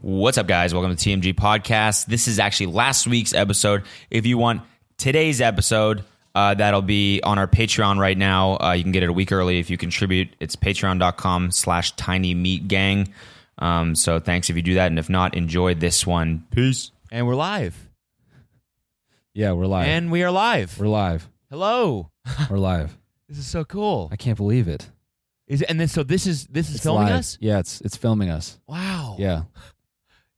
What's up, guys? Welcome to TMG Podcast. This is actually last week's episode. If you want today's episode, uh, that'll be on our Patreon right now. Uh, you can get it a week early if you contribute. It's patreon.com slash tiny meat gang. Um, so thanks if you do that. And if not, enjoy this one. Peace. And we're live. Yeah, we're live. And we are live. we're live. Hello. We're live. This is so cool. I can't believe it. Is it, and then so this is this is It's filming live. us? Yeah, it's it's filming us. Wow. Yeah,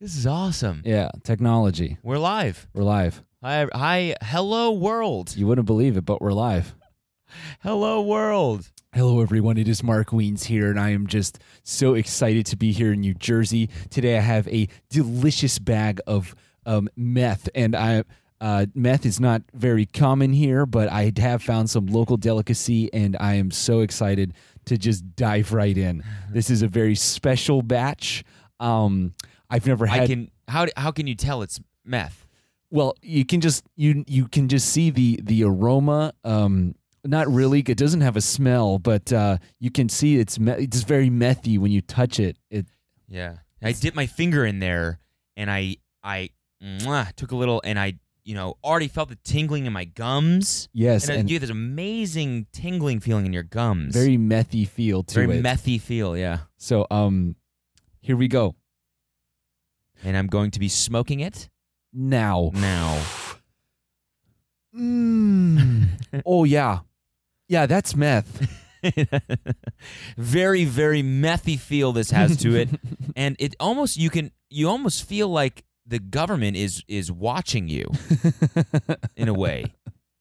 This is awesome. yeah. Technology. We're live. We're live. Hi hi hello world. You wouldn't believe it, but we're live. Hello world. Hello, everyone. It is Mark Weens here, and I am just so excited to be here in New Jersey today. I have a delicious bag of um, meth, and I. Uh, meth is not very common here, but I have found some local delicacy, and I am so excited to just dive right in. This is a very special batch. Um, I've never had. I can how how can you tell it's meth? Well, you can just you you can just see the the aroma. Um, not really. It doesn't have a smell, but uh, you can see it's me- it's very methy when you touch it. It Yeah. I dipped my finger in there and I I mwah, took a little and I you know already felt the tingling in my gums. yes, And, uh, and, you get this amazing tingling feeling in your gums. very methy feel to very it. methy feel, yeah. so um, here we go And I'm going to be smoking it now. now. Mm. oh yeah, yeah. That's meth. very very methy feel this has to it, and it almost you can you almost feel like the government is is watching you in a way.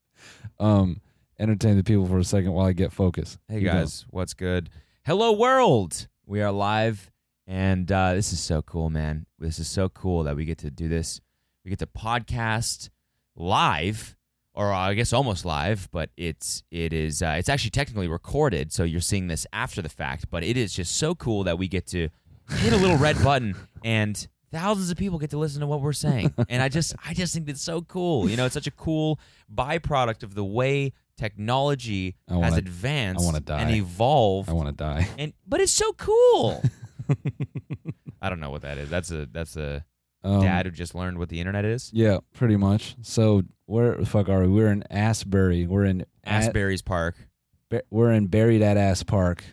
um, entertain the people for a second while I get focus. Hey Keep going. guys, what's good? Hello world. We are live and uh, this is so cool, man. This is so cool that we get to do this. We get to podcast live or uh, I guess almost live, but it's it is uh, it's actually technically recorded, so you're seeing this after the fact, but it is just so cool that we get to hit a little red button and thousands of people get to listen to what we're saying. And I just I just think that's so cool. You know, it's such a cool byproduct of the way technology I wanna- has I advanced wanna die. and evolved I want to die. and but it's so cool. I don't know what that is. That's a that's a Um, dad who just learned what the internet is. Yeah, pretty much. So where the fuck are we? We're in Asbury. We're in at- Asbury's Park. ba- we're in buried at ass park,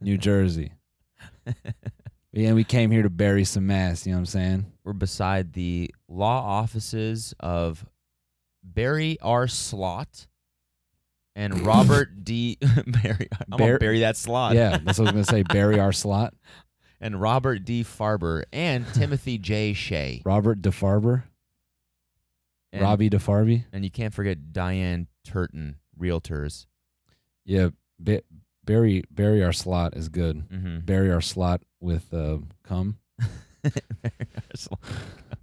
New Jersey. yeah, and we came here to bury some ass. You know what I'm saying? We're beside the law offices of Barry R. Slot and Robert D. Barry. I'm Bar- gonna bury that slot. Yeah, that's what I was gonna say. Bury our slot, And Robert D. Farber and Timothy J. Shea. Robert DeFarber, And, Robbie DeFarby. And you can't forget Diane Turton, Realtors. Yeah, ba- bury bury our slot is good. Mm-hmm. Bury our slot with uh, cum.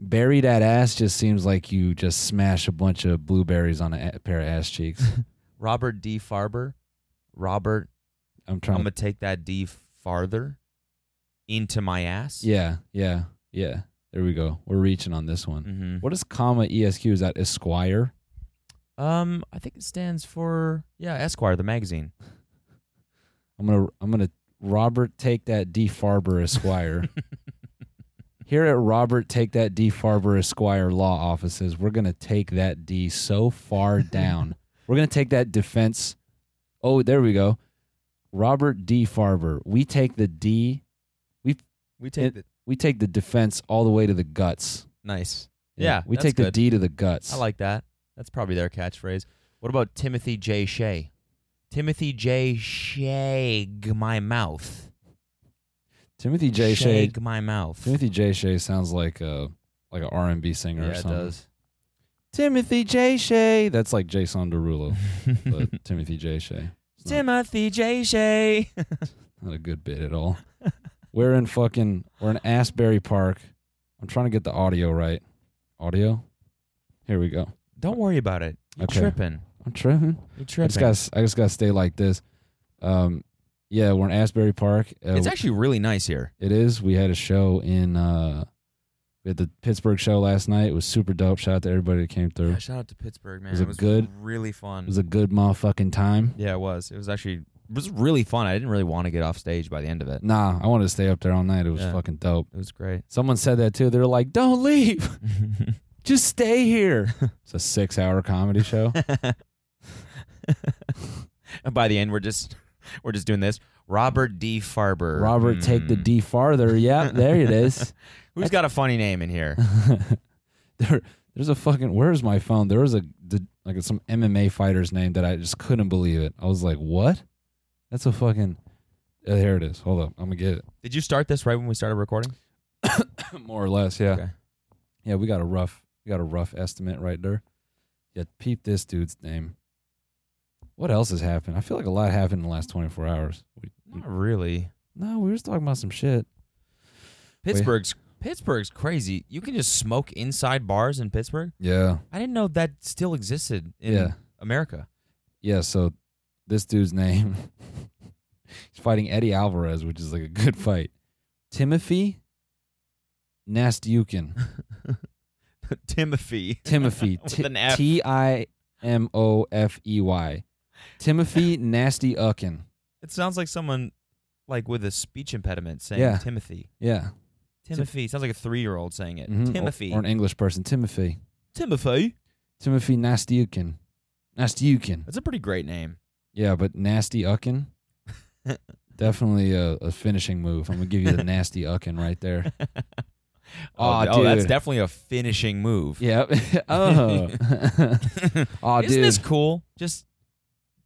Buried at ass just seems like you just smash a bunch of blueberries on a a pair of ass cheeks. Robert D. Farber. Robert I'm I'm trying. gonna to, take that D farther into my ass. yeah, yeah, yeah. There we go. We're reaching on this one. hmm What is comma ESQ? Is that Esquire? Um, I think it stands for yeah, Esquire, the magazine. I'm gonna I'm gonna Robert take that D Farber Esquire. Here at Robert Take That D Farber Esquire Law Offices, we're gonna take that D so far down. we're gonna take that defense. Oh, there we go. Robert D Farber. We take the D. We take the We take the defense all the way to the guts. nice. Yeah, we that's take the good. D to the guts. I like that. That's probably their catchphrase. What about Timothy J. Shea? Timothy J. Shag my mouth. Timothy J Shea. Shag my mouth. Timothy J Shea sounds like a like an R and B singer yeah, or it something. does. Timothy J. Shea. That's like Jason Derulo, but Timothy J. Shea. It's not, Timothy J. Shea. not a good bit at all. We're in fucking we're in Asbury Park. I'm trying to get the audio right. Audio? Here we go. Don't worry about it. You're Okay. tripping. I'm tripping. You're I tripping. just gotta I just gotta stay like this. Um yeah, we're in Asbury Park. Uh, it's actually really nice here. it is. We had a show in uh we had the Pittsburgh show last night. It was super dope. Shout out to everybody that came through. Yeah, shout out to Pittsburgh, man. Was it good? Really fun. It was a good motherfucking time. yeah, it was. It was actually was really fun. I didn't really want to get off stage by the end of it. Nah, I wanted to stay up there all night. It was Yeah. fucking dope. It was great. Someone said that too. They're like, "Don't leave, just stay here." It's a six-hour comedy show. and by the end, we're just we're just doing this. Robert D. Farber. Robert, take the Mm. D farther. Yeah, there it is. Who's got a funny name in here? there, there's a fucking. Where's my phone? There was a the, like some MMA fighter's name that I just couldn't believe it. I was like, "What? That's a fucking." Uh, here it is. Hold up, I'm gonna get it. Did you start this right when we started recording? More or less, yeah. Okay. Yeah, we got a rough, we got a rough estimate right there. Yeah, peep this dude's name. What else has happened? I feel like a lot happened in the last 24 hours. We, Not really. no, we were just talking about some shit. Pittsburgh's Pittsburgh's crazy. You can just smoke inside bars in Pittsburgh. Yeah, I didn't know that still existed in yeah, America. yeah. So this dude's name, he's fighting Eddie Alvarez, which is like a good fight. Timothy Nastyukin. Timothy. Timothy. With an F. T I M O F E Y. Timothy Nasty Uckin. It sounds like someone like with a speech impediment saying Yeah. Timothy. Yeah. Timothy. E. sounds like a three year old saying it. E. mhm, or- Timothy. Or, an English person. Timothy. Timothy. Timothy Nastyukin. Nastyukin. That's a pretty great name. Yeah, but Nasty Uckin. Definitely a, a finishing move. I'm gonna give you the Nasty Uckin right there. Aw, oh, that's dude. definitely a finishing move. Yep. oh. oh, Isn't dude. this cool? Just,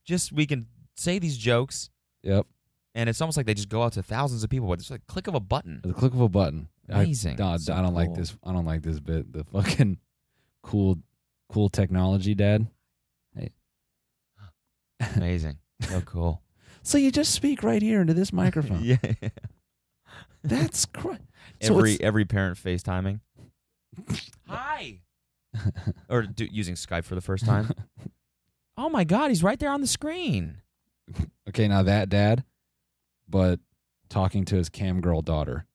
just we can say these jokes, yep. and it's almost like they just go out to thousands of people with just like click of a button. At the click of a button. I- Amazing. no, I, So don't like cool. this. I don't like this bit. The fucking cool, cool technology, Dad. Amazing. So cool. So you just speak right here into this microphone. yeah. That's cr- So Every it's- every parent FaceTiming. Hi. or do, using Skype for the first time. oh my God, he's right there on the screen. okay. Now that Dad, but talking to his cam girl daughter.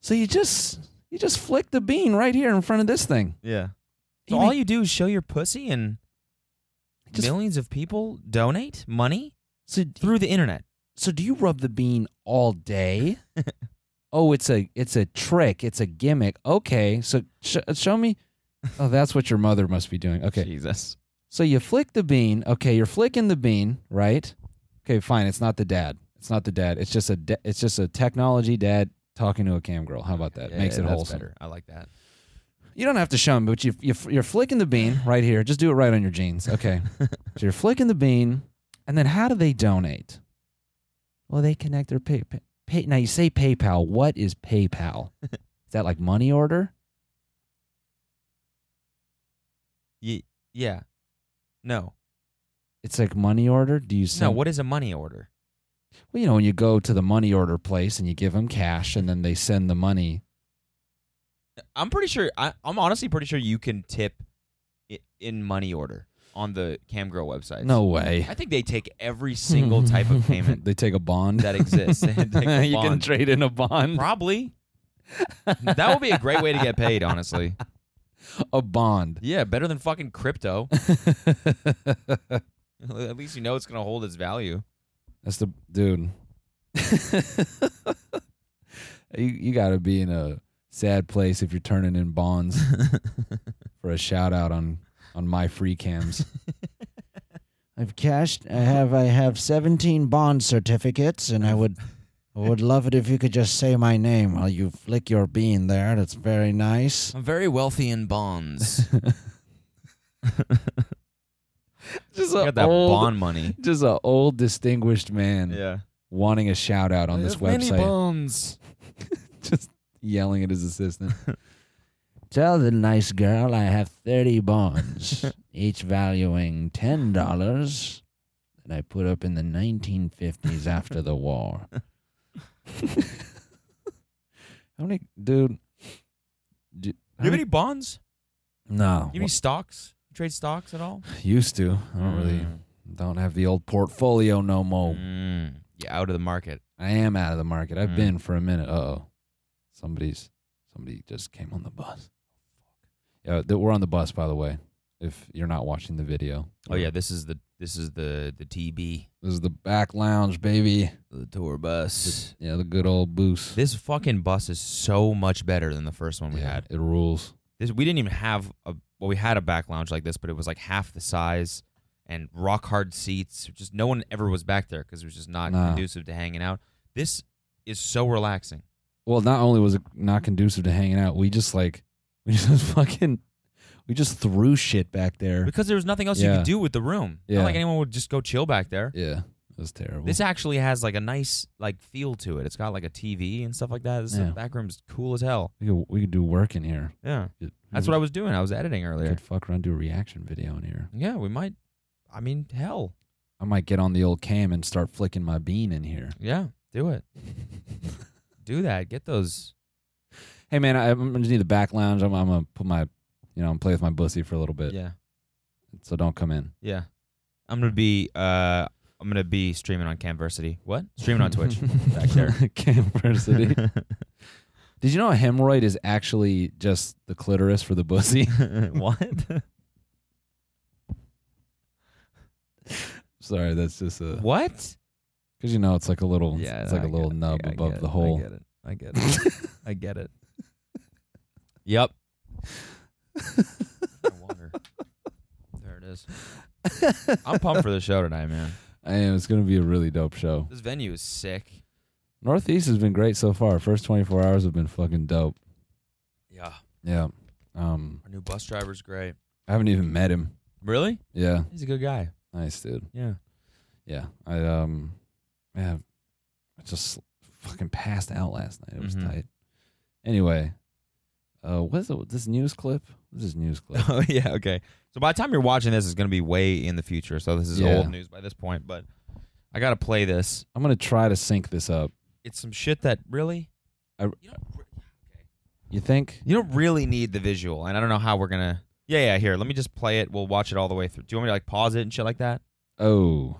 So you just you just flick the bean right here in front of this thing. yeah. You So all make- you do is show your pussy, and Just- millions of people donate money so, through the internet. so do you rub the bean all day? oh, it's a it's a trick. It's a gimmick. Okay, so sh- show me. Oh, that's what your mother must be doing. Okay, Jesus. so you flick the bean. Okay, you're flicking the bean, right? Okay, fine. It's not the dad. It's not the dad. It's just a da- it's just a technology dad talking to a cam girl. How about that? Makes it that's wholesome. better. I like that. You don't have to show him, but you, you, you're flicking the bean right here. Just do it right on your jeans. Okay. so you're flicking the bean. And then how do they donate? Well, they connect their pay, pay, pay. Now, you say PayPal. What is PayPal? is that like money order? Ye- yeah. No. It's like money order. Do you no, send? what is a money order? Well, you know, when you go to the money order place and you give them cash and then they send the money. I'm pretty sure, I, I'm honestly pretty sure you can tip i- in money order on the Camgirl website. No way. I think they take every single type of payment they take a bond. that exists. They take a you can bond. trade in a bond. Probably. that would be a great way to get paid, honestly. A bond. Yeah, better than fucking crypto. At least you know it's going to hold its value. That's the dude. you you got to be in a sad place if you're turning in bonds for a shout out on on my free cams. I've cashed. I have. I have seventeen bond certificates, and I would, I would love it if you could just say my name while you flick your bean there. That's very nice. I'm very wealthy in bonds. just I a got that old, bond money. just a old distinguished man Yeah. wanting a shout out on this website, bonds. just yelling at his assistant. Tell the nice girl I have thirty bonds, each valuing ten dollars, that I put up in the nineteen fifties after the war. How many, dude? Do, You have any bonds? no, You have any stocks? You trade stocks at all? used to. I don't really don't have the old portfolio no more. Mm. Yeah, out of the market. I am out of the market. I've Mm. been for a minute. Uh oh. Somebody's somebody just came on the bus. Yeah, th- we're on the bus by the way. if you're not watching the video. Oh yeah, this is the this is the the TB This is the back lounge, baby. the tour bus. Yeah, the good old boost. This fucking bus is so much better than the first one we Yeah, had. it rules. This we didn't even have a well, we had a back lounge like this, but it was like half the size and rock hard seats. Just no one ever was back there because it was just not Nah. conducive to hanging out. This is so relaxing. Well, not only was it not conducive to hanging out, we just like we just fucking we just threw shit back there. Because there was nothing else you Yeah. could do with the room. Yeah. Not like anyone would just go chill back there. Yeah, it was terrible. This actually has like a nice like feel to it. It's got like a TV and stuff like that. This Yeah. back room's cool as hell. we could we could do work in here. Yeah. Mm. That's what I was doing. I was editing We earlier. could fuck around do a reaction video in here. Yeah, we might I mean, hell. I might get on the old cam and start flicking my bean in here. Yeah, do it. do that. Get those Hey man, I, I'm gonna need the back lounge. I'm, I'm gonna put my you know I'm play with my bussy for a little bit. Yeah. So don't come in. Yeah. I'm gonna be uh I'm gonna be streaming on Camversity. What? Streaming on Twitch. Back there. Camversity. Did you know a hemorrhoid is actually just the clitoris for the bussy? what? Sorry, that's just a what? because you know it's like a little it's no, like a I little get it. nub I get above it. the hole. I get it. I get it. I get it. Yep. Water. There it is. I'm pumped for the show tonight, man. And it's gonna be a really dope show. This venue is sick. Northeast has been great so far. First 24 hours have been fucking dope. Yeah. Yeah. Um, Our new bus driver's great. I haven't even met him. Really? Yeah. He's a good guy. Nice dude. Yeah. Yeah. I um, yeah, I just fucking passed out last night. It was Mhm. tight. Anyway, uh, what's the, this news clip? What's this news clip? oh yeah, okay. So by the time you're watching this, it's gonna be way in the future. So this is Yeah. old news by this point, but I gotta play this. I'm gonna try to sync this up. It's some shit that really You think? You don't really need the visual, and I don't know how we're gonna. Yeah, yeah. Here, let me just play it. We'll watch it all the way through. Do you want me to like pause it and shit like that? Oh,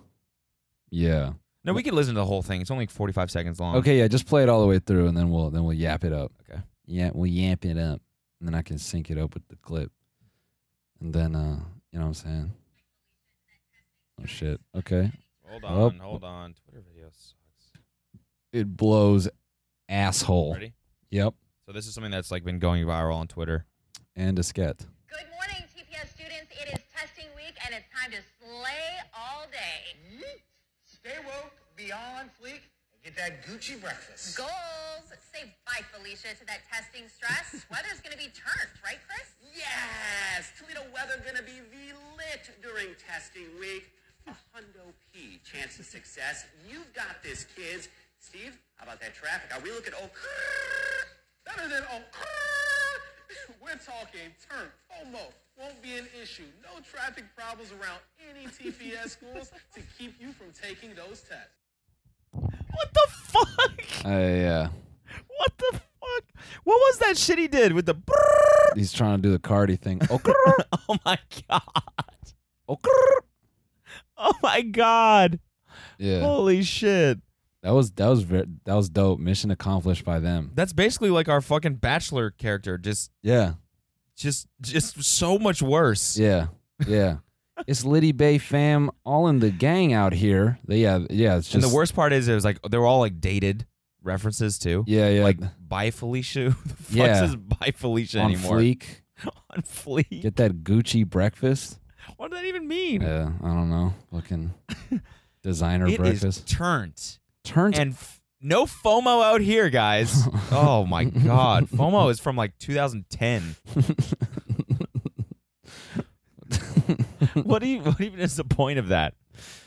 yeah. No, we can listen to the whole thing. It's only like forty-five seconds long. Okay, yeah. Just play it all the way through, and then we'll then we'll yap it up. Okay. Yeah, we'll yamp it up, and then I can sync it up with the clip, and then uh, you know what I'm saying? Oh shit. Okay. Hold Oh. on, hold on. Twitter video sucks. It blows, asshole. Ready? Yep. So this is something that's like been going viral on Twitter. And a sket. Good morning, TPS students. It is testing week, and it's time to slay all day. Stay woke, beyond fleek, and get that Gucci breakfast. Goals. Say bye, Felicia, to that testing stress. Weather's going to be turned, right, Chris? Yes, Toledo weather gonna be the lit during testing week. A hundo P chance of success. You've got this, kids. Steve, how about that traffic? Are we looking oh better than oh We're talking turn FOMO. Won't be an issue. No traffic problems around any TPS schools to keep you from taking those tests. What the fuck? Uh, yeah. What the fuck? What was that shit he did with the? He's trying to do the Cardi thing. Okay. Oh my god! okay. Oh my god! Yeah. Holy shit! That was that was very, that was dope. Mission accomplished by them. That's basically like our fucking bachelor character, just, Yeah. just, just so much worse. Yeah. Yeah. it's Liddy Bay fam, all in the gang out here. They, yeah. Yeah. It's just and the worst part is it was like they were all like dated references too. Yeah. Yeah. Like by Felicia. Who the fuck Yeah. says by Felicia on anymore? fleek. on fleek. Get that Gucci breakfast. what does that even mean? Yeah. I don't know. Looking designer It is breakfast. turned. Turns. And f- no FOMO out here, guys. oh my god. FOMO is from like 2010. what do you what even is the point of that?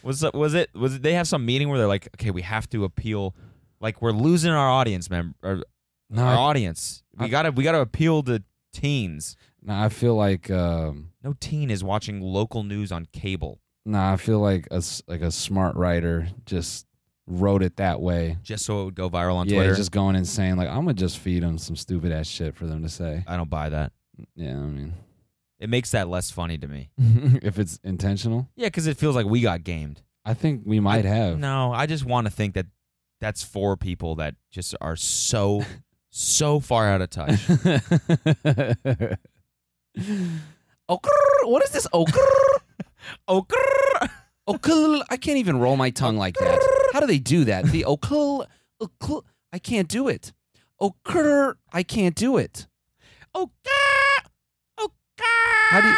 Was it- was it was it, they have some meeting where they're like, "Okay, we have to appeal like we're losing our audience member our, no, our I, audience. We I- got to we got to appeal to teens. no, I feel like. um No teen is watching local news on cable. Nah, I feel like a s- like a smart writer just wrote it that way. Just so it would go viral on yeah, Twitter. just going insane. Like I'm gonna just feed them some stupid ass shit for them to say. I don't buy that. Yeah, I mean, It makes that less funny to me. if it's intentional, Yeah, because it feels like we got gamed. I think we might have. No, I just want to think that that's for people that just are so so far out of touch. oh, grrr. What is this? Okr. Okr. Okl. Oh, I can't even roll my tongue like that. How do they do that? The oh, okl. Okl. I can't do it. Okr. I can't do it. Okr. Okr. How do you?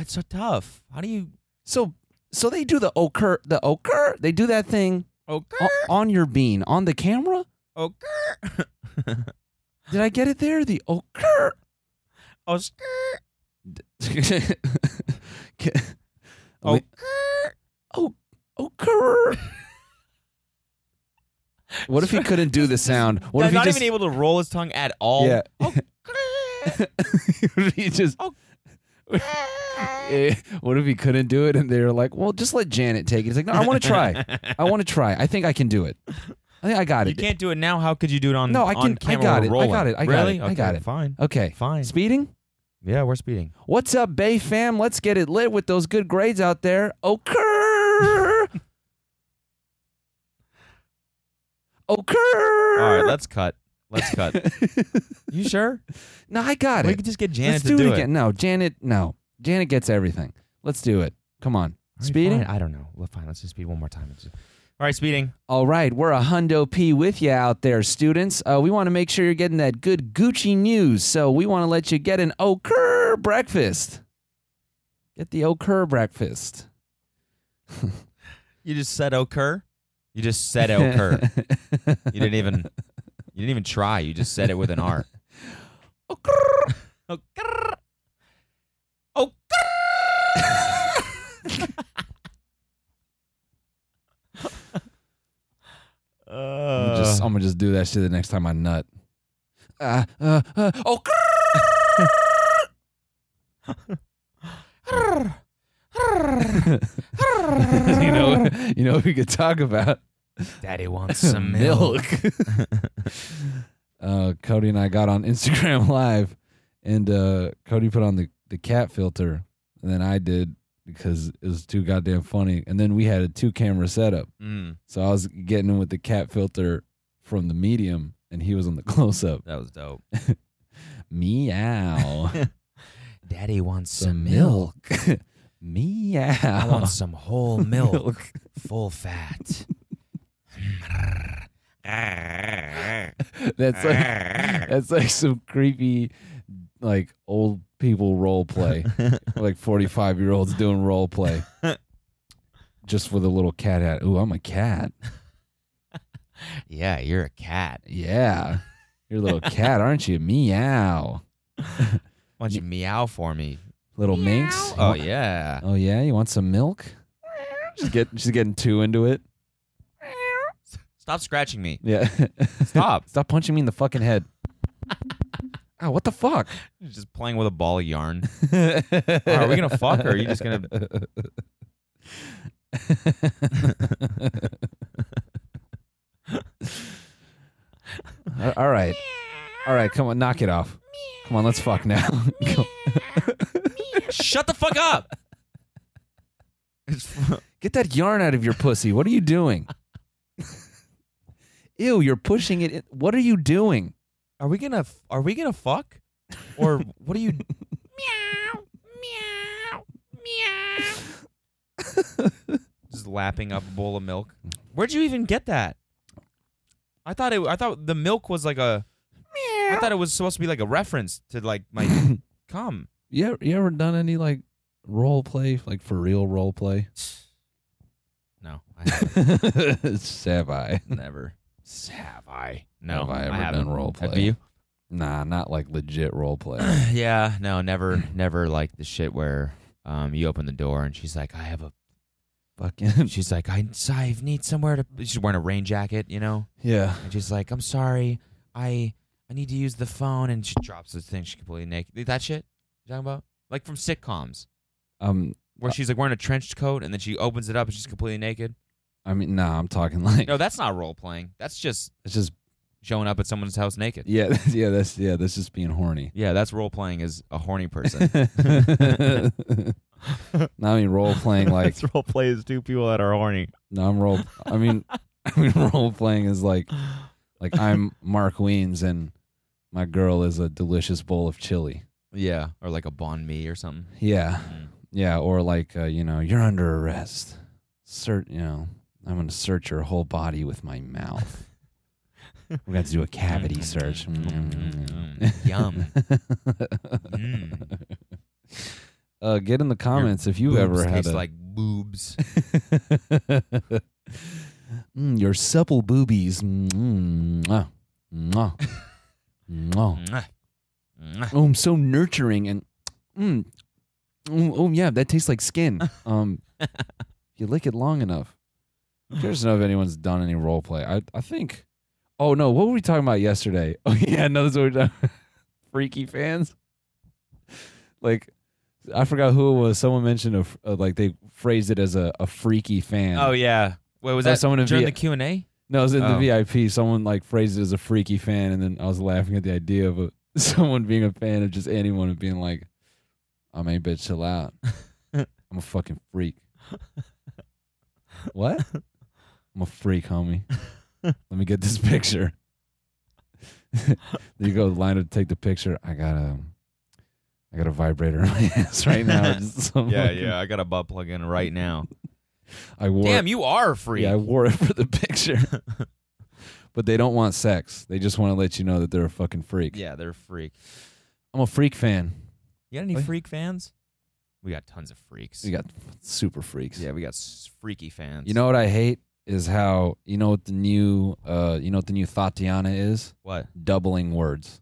It's so tough. How do you? So so they do the okr. The okr. They do that thing Okay. o- on your bean on the camera. Okay. Did I get it there? The okr. Oscar. Oh, oh, oh, What if he couldn't do the sound? What if I'm he not just even able to roll his tongue at all. yeah? what if he just Eh, what if he couldn't do it? And they're like, "Well, just let Janet take it." He's like, "No, I want to try. I want to try. I think I can do it. I think I got You it." can't do it now. How could you do it on? No, I on can- I Camera got while it. I rolling? got it. I got really? it. I got Okay, it. Fine. Okay, Fine. Speeding. Yeah, we're speeding. What's up, Bay fam? Let's get it lit with those good grades out there. Occur. Occur. All right, let's cut. Let's cut. you sure? No, I got We it. could just get Janet Let's to do, do it again. No, Janet. No, Janet gets everything. Let's do it. Come on. All right, Speeding. fine. I don't know. Well, fine. Let's just speed one more time. All right, speeding. All right, we're a hundo p with you out there, students. Uh, we want to make sure you're getting that good Gucci news, so we want to let you get an occur breakfast. Get the occur breakfast. You just said occur. You just said occur. you didn't even. You didn't even try. You just said it with an R. Occur. Occur. I'm Uh, just, I'm gonna just do that shit the next time I nut. Uh, uh, uh, oh, you know, you know, what we could talk about Daddy wants some milk. milk. uh, Cody and I got on Instagram Live, and uh, Cody put on the the cat filter, and then I did because it was too goddamn funny. And then we had a two camera setup, Mm, so I was getting in with the cat filter from the medium, and he was on the close up. that was dope. Meow. Daddy wants some milk. Meow. I want some whole milk, full fat. That's like that's like some creepy like old people role play. like 45 year olds doing role play. Just with a little cat hat. Ooh, I'm a cat. yeah, you're a cat. Yeah. You're a little cat, aren't you? Meow. Why don't you meow for me? Little minx. Oh yeah. Oh yeah, you want some milk? She's getting she's getting too into it. Stop scratching me. Yeah. Stop. Stop punching me in the fucking head. Ow, what the fuck? You're just playing with a ball of yarn. Are Are we gonna fuck or are you just gonna? Uh, All right. All right, come on, knock it off. Come on, let's fuck now. Go- Shut the fuck up. It's fu- Get that yarn out of your pussy. What are you doing? Ew, you're pushing it. in- What are you doing? Are we gonna? f- Are we gonna fuck? Or what are you? just lapping up a bowl of milk. Where'd you even get that? I thought it. I thought the milk was like a. I thought it was supposed to be like a reference to like my cum. You ever, you ever done any like role play, like for real role play? No, I haven't. Have I? never. Have I? No, Have I ever haven't. done role play? Have you? Nah, not like legit role play. Yeah, no, never, never like the shit where um you open the door and she's like, I have a. Fucking She's like, I I need somewhere to. She's wearing a rain jacket, you know. yeah. And she's like, I'm sorry, I I need to use the phone, and she drops this thing. She's completely naked. That shit you talking about? Like from sitcoms. Um, where she's like wearing a trench coat and then she opens it up and she's completely naked. I mean, nah, I'm talking like No, that's not role playing. That's just it's just showing up at someone's house naked. yeah, that's- yeah. That's yeah. That's just being horny. Yeah, that's role playing as a horny person. no, I mean role playing like role play is two people that are horny. no, I'm role. I mean, I mean role playing is like like I'm Mark Weens and my girl is a delicious bowl of chili. Yeah, or like a bon me or something. Yeah. Yeah. Or like, uh, you know, you're under arrest. Cert, you know, I'm going to search your whole body with my mouth. We're going to have to do a cavity search. Mm-hmm. Yum. Mm. uh, get in the comments if you've ever had tastes a. like boobs. Mm, your supple boobies. Mm, mwah, mwah, mwah. Mwah. Mwah. Oh, I'm so nurturing and mm, mm, oh yeah, that tastes like skin. Um, if you lick it long enough. I'm curious to know if anyone's done any role play. I I think. Oh no, what were we talking about yesterday? Oh yeah, no, that's what we we're talking. Freaky fans. Like, I forgot who it was. Someone mentioned a, f- uh, like they phrased it as a, a freaky fan. Oh yeah. Wait, was Oh, that someone in during V- the Q and A? No, it was in Oh. the VIP. Someone like phrased it as a freaky fan, and then I was laughing at the idea of a, someone being a fan of just anyone and being like, "Oh, "I mean, bitch, chill out. I'm a fucking freak." what? I'm a freak, homie. Let me get this picture. there you go, line up to take the picture. I got a, I got a vibrator in my ass right now. Just some fucking- I got a butt plug in right now. I wore. Damn, you are free. Yeah, I wore it for the picture. but they don't want sex. They just want to let you know that they're a fucking freak. yeah, they're freak. I'm a freak fan. You got any What? freak fans? We got tons of freaks. Oh, We got super freaks. yeah, we got s- freaky fans. You know what I hate is how you know what the new uh you know what the new Tatiana is? what? Doubling words.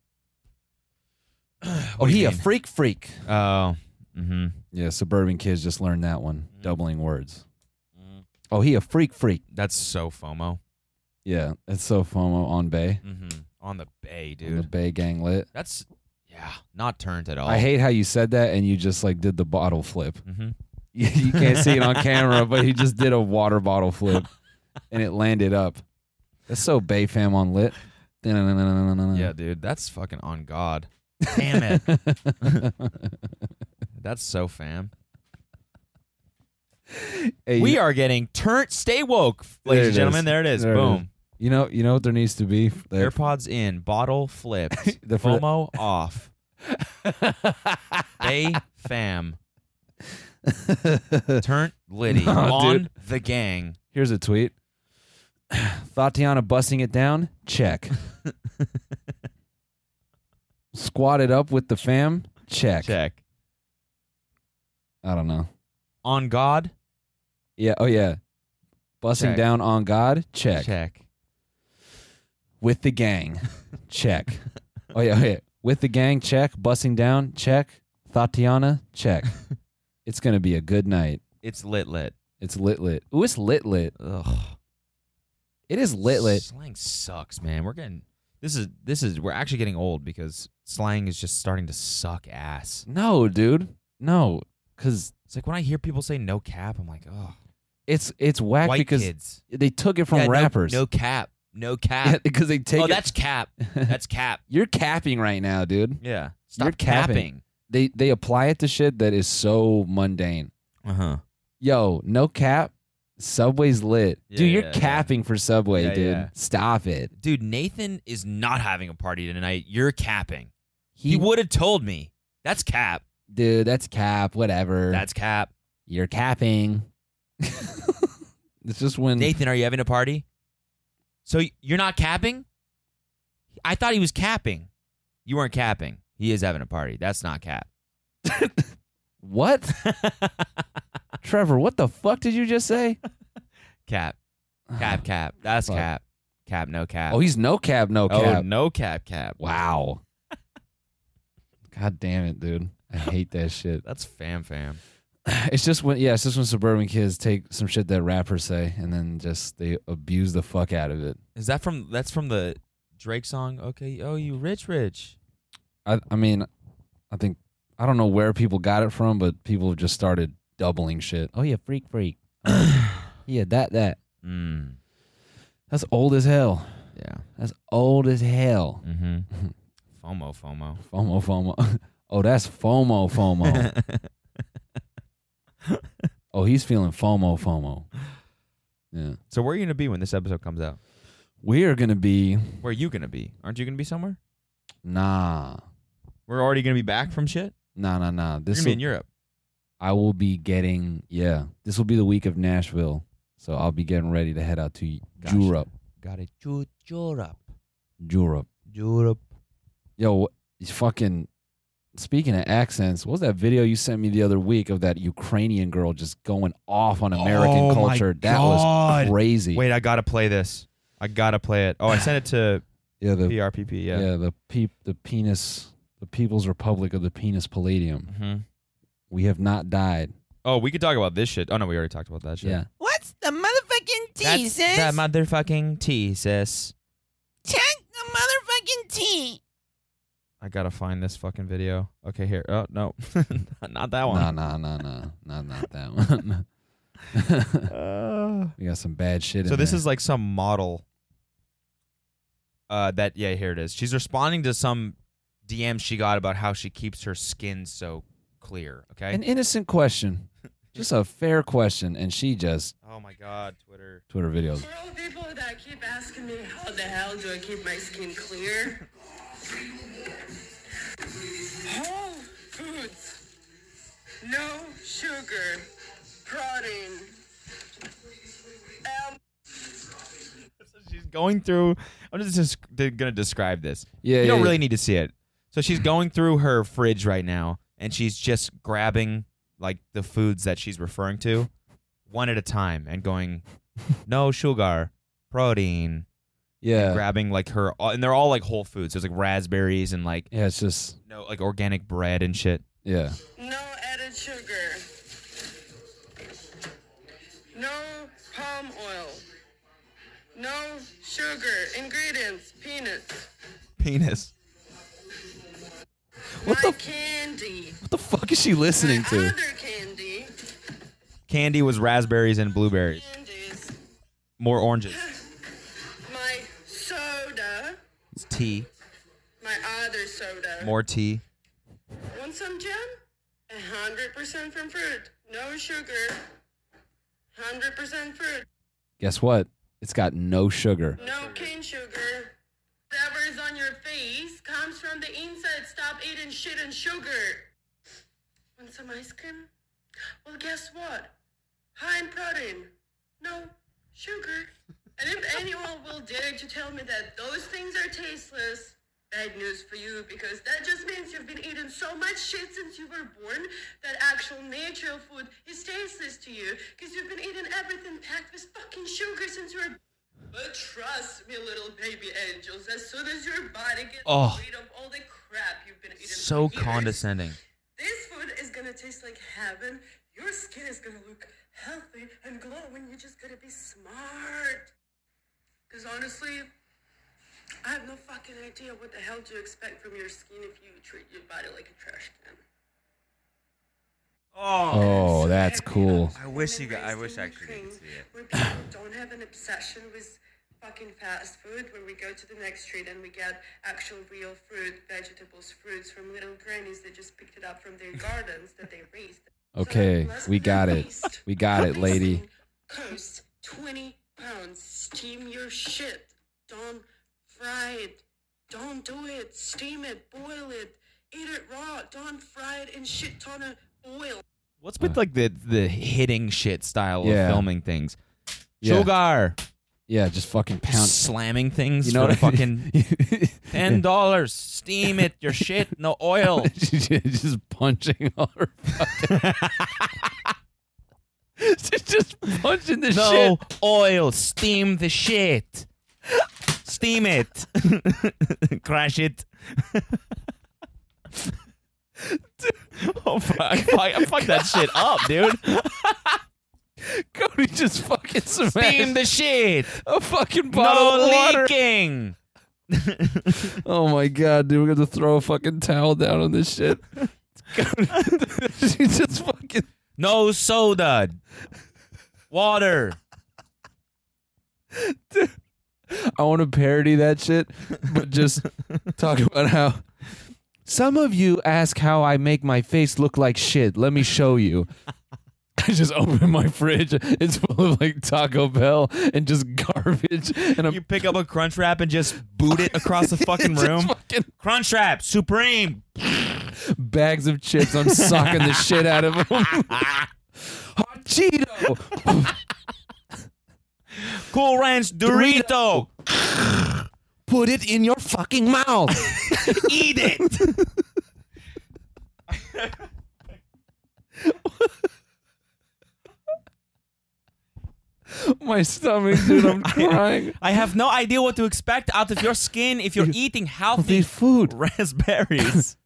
oh, do you he a mean? freak freak. Oh, mm-hmm. Yeah, suburban kids just learned that one. Doubling words. Mm. Mm. Oh, he a freak freak. That's so FOMO. Yeah, it's so FOMO on Bay. Mm-hmm. On the bay, On the dude. Bay gang lit. That's yeah, not turned at all. I hate how you said that and you just like did the bottle flip. Mm-hmm. you you can't see it on camera, but he just did a water bottle flip and it landed up. That's so Bay Fam on lit. Yeah, dude, that's fucking on God. Damn it, that's so fam. Hey, We you, are getting turned. Stay woke, There ladies it and gentlemen. is. There it is. There it Boom. You know, you know what there needs to be. There- AirPods in, bottle flipped, The fir- FOMO off. Bay fam, turnt Liddy No, on dude. the gang. Here's a tweet. Tatiana busting it down. Check. Squatted up with the fam. Check. Check I don't know. on God. Yeah. Oh yeah. Bussing Check. down on God. Check. Check. with the gang. Check. oh yeah, oh, yeah. With the gang, check. Bussing down, check. Tatiana, check. it's gonna be a good night. It's lit lit. It's lit lit. Ooh, it's lit lit. Ugh. It is lit lit. Slang sucks, man. We're getting this is this is we're actually getting old because slang is just starting to suck ass. No, dude. No. Cause It's like when I hear people say no cap, I'm like, oh, it's it's whack white because kids they took it from Yeah, no- rappers. No, cap, no Yeah, cap. because they take oh, it- that's cap. That's cap. you're capping right now, dude. Yeah, stop You're capping. capping. They they apply it to shit that is so mundane. Uh Uh-huh. huh. Yo, no cap. Subway's lit. Yeah, dude, you're yeah, yeah. capping for Subway, Yeah, dude. yeah. Stop it. Dude, Nathan is not having a party tonight. You're capping. He, He- would have told me. That's cap. dude, that's cap, whatever. That's cap. you're capping. it's just when Nathan, are you having a party? So y- you're not capping? I thought he was capping. You weren't capping. He is having a party. That's not cap. what? Trevor, what the fuck did you just say? Cap. Cap, cap. That's Fuck. cap. Cap, no cap. Oh, he's no cap, no Oh, cap. no cap, cap. Wow. God damn it, dude. I hate that shit. That's fam fam. It's just when yeah, it's just when suburban kids take some shit that rappers say and then just they abuse the fuck out of it. Is that from that's from the Drake song? Okay. Oh, you rich rich. I I mean, I think I don't know where people got it from, but people have just started doubling shit. Oh yeah, freak freak. yeah, that that. Mm. That's old as hell. Yeah. That's old as hell. Mm-hmm. FOMO, FOMO. FOMO, FOMO. Oh, that's FOMO, FOMO. oh, he's feeling FOMO, FOMO. Yeah. So where are you gonna be when this episode comes out? We are going to be, Where are you gonna be? Aren't you gonna be somewhere? nah, We're already gonna be back from shit. No, no, no. You're This gonna will, be in Europe. I will be getting. Yeah, this will be the week of Nashville, so I'll be getting ready to head out to Gosh. Europe. Got it. Ju- Europe. Europe. Europe. Yo, wh- fucking. Speaking of accents, what was that video you sent me the other week of that Ukrainian girl just going off on American Oh my culture? That God. was crazy. Wait, I gotta play this. I gotta play it. Oh, I sent it to yeah, the PRPP. yeah, Yeah. the peep, the penis, the People's Republic of the Penis Palladium. hmm We have not died. Oh, we could talk about this shit. Oh no, we already talked about that shit. Yeah, What's the motherfucking tea, That's sis? the motherfucking tea, sis. Check the motherfucking tea. I gotta find this fucking video. Okay, here. Oh no, not that no, one. no, no, no, not not that one. Uh, we got some bad shit. so in this there. is like some model. Uh, that yeah, here it is. She's responding to some DM she got about how she keeps her skin so clear. Okay. an innocent question, just a fair question, and she just oh my God, Twitter. Twitter videos. For all the people that keep asking me how the hell do I keep my skin clear, whole foods, no sugar, protein, um, She's going through. I'm just, just gonna describe this. Yeah, you yeah, don't yeah. really need to see it. So she's going through her fridge right now, and she's just grabbing like the foods that she's referring to, one at a time, and going, no sugar, protein, Yeah, grabbing like her, and they're all like whole foods. There's like raspberries and like yeah, it's just no like organic bread and shit. yeah. no added sugar, no palm oil, no sugar. Ingredients, peanuts, Penis. What my the f- candy, what the fuck is she my listening to? other candy, Candy was raspberries and blueberries. candies, More oranges. my soda, It's tea. my other soda. More tea. Want some jam? 100% from fruit. No sugar. 100% fruit. Guess what? It's got no sugar. No cane sugar. Whatever is on your face comes from the inside. Stop eating shit and sugar. Want some ice cream? Well, guess what? High in protein. No sugar. And if anyone will dare to tell me that those things are tasteless, bad news for you because that just means you've been eating so much shit since you were born that actual natural food is tasteless to you because you've been eating everything packed with fucking sugar since you were. But trust me, little baby angels, as soon as your body gets Oh. rid of all the crap you've been eating, So for years, condescending. this food is gonna taste like heaven. Your skin is gonna look healthy and glowing. You just gotta be smart. Cause honestly, I have no fucking idea what the hell to expect from your skin if you treat your body like a trash can. Oh, that's cool. I wish you. I wish actually Ukraine, could see it. Where people don't have an obsession with fucking fast food, where we go to the next street and we get actual real fruit, vegetables, fruits from little grannies that just picked it up from their gardens that they raised. So Okay, let's we got it. waste. We got it, lady. Coast, twenty pounds. Steam your shit. Don't fry it. Don't do it. Steam it. Boil it. Eat it raw. Don't fry it in shit ton of oil. What's with like the the hitting shit style Uh. Yeah. of filming things? Yeah. Sugar, Yeah, just fucking just pound. slamming things You know for what I- fucking ten dollars. Steam it, your shit, no oil. just punching all her fucking. She's just punching the No oil, steam the shit. Steam it, crash it. oh fuck, fuck, fuck that shit up, dude. shit. Cody just fucking Steam smashed the shit. a fucking bottle No of water. leaking. Oh my god, dude, we're gonna throw a fucking towel down on this shit. she just fucking. No Oh, soda. Water. I want to parody that shit, but just talk about how. Some of you ask how I make my face look like shit. Let me show you. I just open my fridge. It's full of like Taco Bell and just garbage. And I'm You pick up a crunch wrap and just boot it across the fucking just room. fucking- Crunch wrap, supreme. bags of chips. I'm sucking the shit out of them. Hot Cheeto. Cool Ranch Dorito. Put it in your fucking mouth. Eat it. My stomach, dude. I'm crying. I have no idea what to expect out of your skin if you're eating The healthy food. raspberries.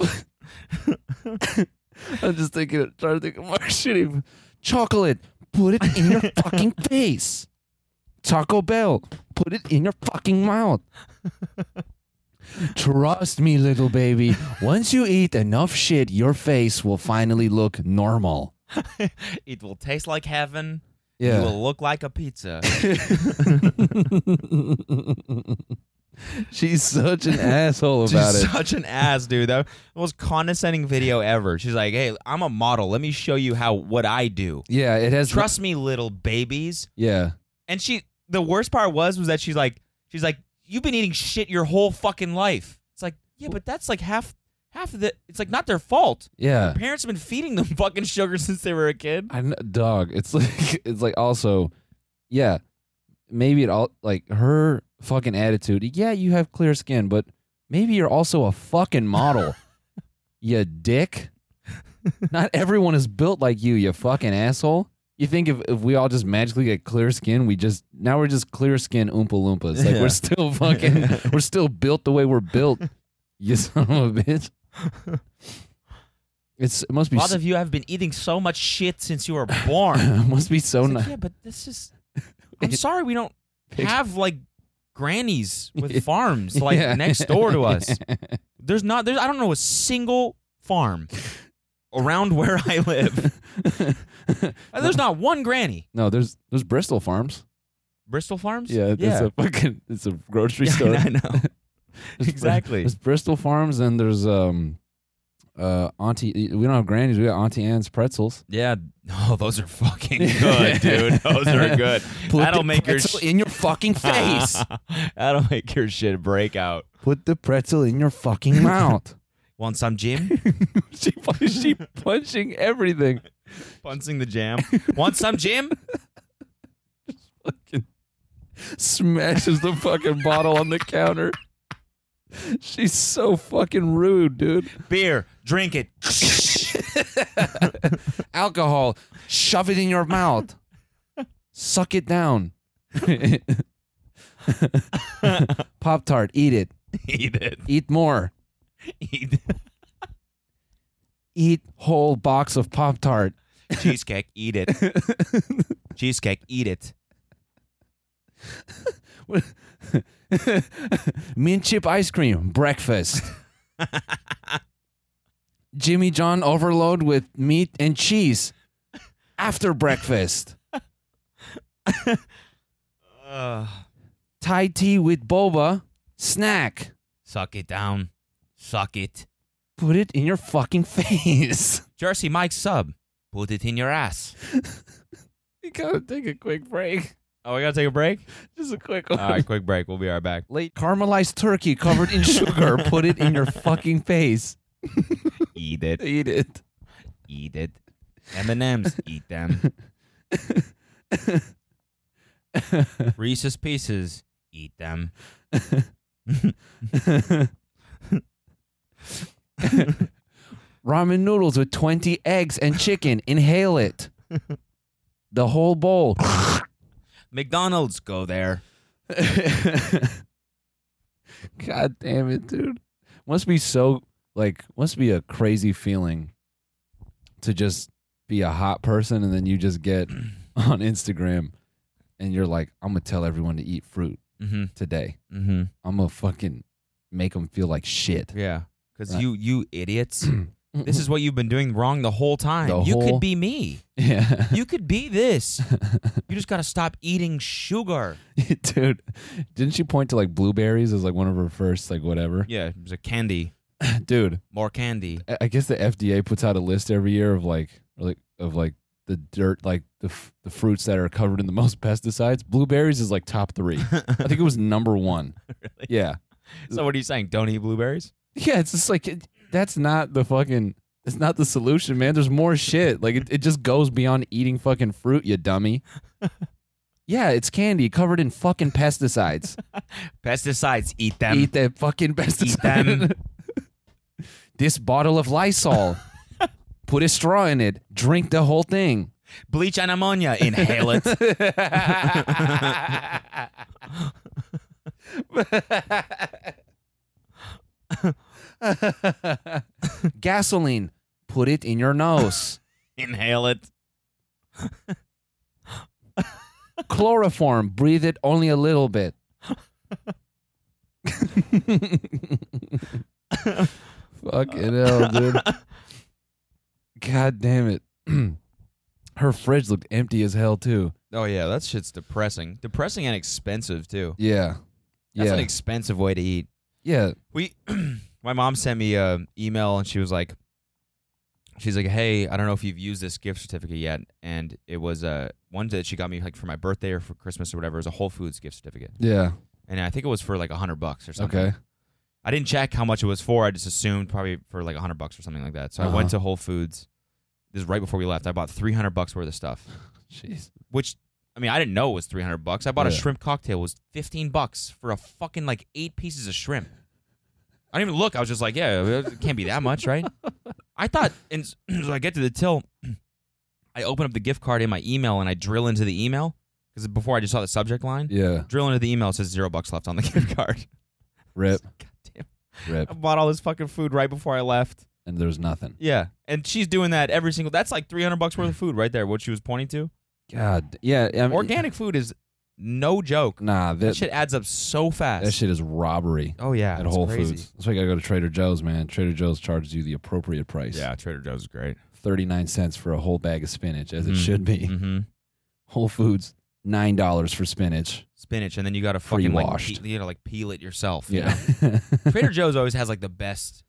I'm just thinking, trying to think of more shitty chocolate. Put it in your fucking face. Taco Bell. Put it in your fucking mouth. Trust me, little baby. Once you eat enough shit, your face will finally look normal. it will taste like heaven. Yeah. You will look like a pizza. She's such an asshole about She's it. such an ass, dude. That was the most condescending video ever. She's like, "Hey, I'm a model. Let me show you how what I do. Yeah, it has Trust me, little babies." Yeah. And she, the worst part was, was that she's like, she's like, "You've been eating shit your whole fucking life." It's like, yeah, but that's like half, half of the. It's like not their fault. Yeah. Their parents have been feeding them fucking sugar since they were a kid. I kn- dog. It's like it's like also, yeah. Maybe it all like her fucking attitude. Yeah, you have clear skin, but maybe you're also a fucking model. you dick. Not everyone is built like you. You fucking asshole. You think if, if we all just magically get clear skin, we just now we're just clear skin oompa loompas. Like Yeah. we're still fucking we're still built the way we're built. You son of a bitch. It's it must A be lot s- of you have been eating so much shit since you were born. it must be so It's nice. like, yeah, but this is. I'm sorry, we don't Pic- have like grannies Yeah. with farms like Yeah. next door to us. There's not. There's. I don't know a single farm around where I live. Uh, There's not one granny. no, there's there's Bristol Farms. Bristol Farms. it's a fucking it's a grocery Yeah, store. I know. There's Br- exactly. There's Bristol Farms and there's um uh Auntie. We don't have grannies. We got Auntie Anne's pretzels. Yeah. Oh, those are fucking good, dude. Those are good. Put That'll the make your pretzel sh- in your fucking face. That'll make your shit break out. Put the pretzel in your fucking mouth. Want some Jim? she pu- she punching everything. Punching the jam. Want some Jim? Fucking smashes the fucking bottle on the counter. She's so fucking rude, dude. Beer. Drink it. alcohol, shove it in your mouth, suck it down. Pop tart, eat it, Eat it. eat more, Eat it. eat whole box of Pop tart. Cheesecake, eat it. Cheesecake, eat it. Mint chip ice cream, breakfast. Jimmy John overload with meat and cheese after breakfast. Thai tea with boba, snack. suck it down. Suck it. Put it in your fucking face. Jersey Mike sub. Put it in your ass. You gotta take a quick break. Oh, we gotta take a break? Just a quick one. quick break. We'll be right back. Late caramelized turkey covered in sugar. Put it in your fucking face. Eat it. Eat it. Eat it. M&M's. Eat them. Reese's Pieces. Eat them. Ramen noodles with 20 eggs and chicken. Inhale it. The whole bowl. McDonald's. Go there. God damn it, dude. Must be so, like, must be a crazy feeling to just be a hot person and then you just get on Instagram and you're like, I'm going to tell everyone to eat fruit Mm-hmm. today. Mm-hmm. I'm gonna fucking make them feel like shit. Yeah. Because Right. you, you idiots. this is what you've been doing wrong the whole time. The you whole- could be me. yeah, You could be this. you just gotta stop eating sugar. dude. Didn't she point to like blueberries as like one of her first like whatever? Yeah, there's a candy, Dude, more candy. I- I guess the FDA puts out a list every year of like or, like of like the dirt like the f- the fruits that are covered in the most pesticides. Blueberries is like top three. I think it was number one. Really? Yeah, So what are you saying? Don't eat blueberries? yeah. It's just like it, that's not the fucking it's not the solution, man. There's more shit. Like it, it just goes beyond eating fucking fruit, you dummy. Yeah, it's candy covered in fucking pesticides. Pesticides, eat them. Eat that fucking pesticide. this bottle of Lysol. Put a straw in it. Drink the whole thing. Bleach and ammonia, inhale it. Gasoline. Put it in your nose. inhale it. Chloroform. Breathe it only a little bit. Fucking hell, dude. God damn it. Her fridge looked empty as hell, too. Oh yeah, that shit's depressing. Depressing and expensive too. Yeah. That's yeah. an expensive way to eat. yeah. We, my mom sent me an email and she was like, she's like, hey, I don't know if you've used this gift certificate yet, and it was uh, one that she got me like for my birthday or for Christmas or whatever. It was a Whole Foods gift certificate, Yeah. and I think it was for like a hundred bucks or something. Okay. I didn't check how much it was for. I just assumed probably for like a hundred bucks or something like that. So I Uh-huh. went to Whole Foods. This is right before we left. I bought three hundred bucks worth of stuff, Jeez. which I mean I didn't know it was three hundred bucks. I bought a Yeah. shrimp cocktail. It was fifteen bucks for a fucking like eight pieces of shrimp. I didn't even look. I was just like, yeah, it can't be that much, right? I thought, and s- so I get to the till. I open up the gift card in my email and I drill into the email because before I just saw the subject line. Yeah. Drill into the email it says zero bucks left on the gift card. Rip. God damn. Rip. I bought all this fucking food right before I left. And there's nothing. Yeah, and she's doing that every single. That's like three hundred bucks worth of food right there. What she was pointing to. God. Yeah. I mean- Organic food is no joke. Nah. That, That shit adds up so fast. that shit is robbery. Oh yeah, at it's Whole crazy. Foods. That's why you gotta go to Trader Joe's, man. Trader Joe's charges you the appropriate price. Trader Joe's is great. Thirty nine cents for a whole bag of spinach, as it Mm. should be. Mm-hmm. Whole Foods, nine dollars for spinach. Spinach, and then you got to fucking like Pre-washed. peel, you know like peel it yourself. you Yeah. know? Trader Joe's always has like the best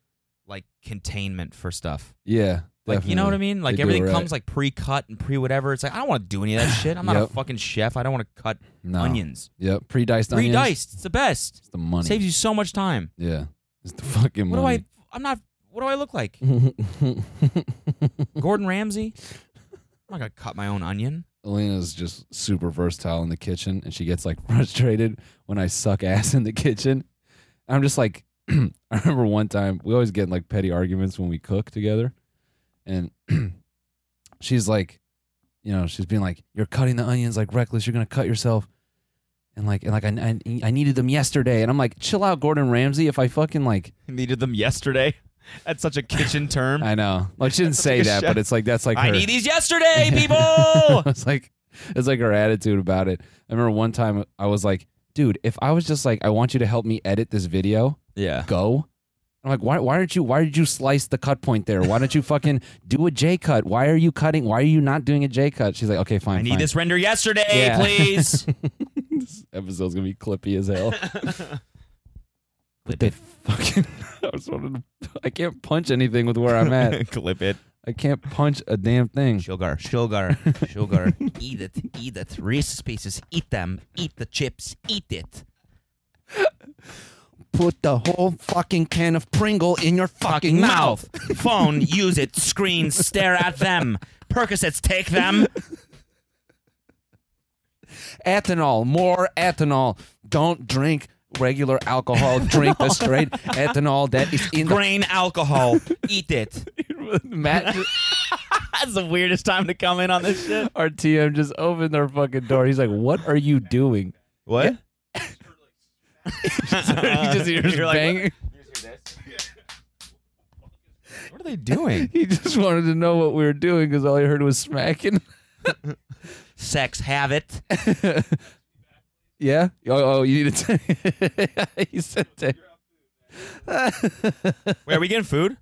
like containment for stuff. yeah. Like you know what I definitely. mean? Like do it everything right. comes like pre-cut and pre-whatever. It's like I don't want to do any of that shit. I'm not Yep. a fucking chef. I don't want to cut No. onions. Yep. Pre diced onions. Pre diced. It's the best. It's the money. Saves you so much time. yeah. It's the fucking What money. do I? I'm not. What do I look like? I Gordon Ramsay? I'm not gonna cut my own onion. Alina's just super versatile in the kitchen and she gets like frustrated when I suck ass in the kitchen. I'm just like, I remember one time we always get in like petty arguments when we cook together. And she's like, you know, she's being like, you're cutting the onions like reckless. You're going to cut yourself. And like, and like, I, I, I needed them yesterday. And I'm like, chill out, Gordon Ramsay. If I fucking like, Needed them yesterday. That's such a kitchen term. I know, like, she didn't say a that, chef. but it's like, that's like, I her. need these yesterday, people. it's like it's like her attitude about it. I remember one time I was like, dude, if I was just like, I want you to help me edit this video, yeah. go. I'm like, why why aren't you why did you slice the cut point there? Why don't you fucking do a J cut? Why are you cutting? Why are you not doing a J cut? She's like, okay, fine. I need fine. this render yesterday, Yeah. please. this episode's gonna be clippy as hell. But they fucking I just wanted to, I can't punch anything with where I'm at. Clip it. I can't punch a damn thing. Sugar, sugar, sugar. eat it, eat it. Reese's pieces, eat them. Eat the chips, eat it. Put the whole fucking can of Pringle in your fucking mouth. Mouth, phone, use it. Screen, stare at them. Percocets, take them. ethanol, more ethanol. Don't drink regular alcohol. Drink the straight ethanol that is in the Grain alcohol, eat it. Matt just- That's the weirdest time to come in on this shit. our TM just opened their fucking door. He's like, "What are you doing?" What? he just hears Uh, You're like, banging. what are they doing? he just wanted to know what we were doing because all he heard was smacking. Sex, have it. yeah. Oh, oh you need to. he said that. Wait, are we getting food?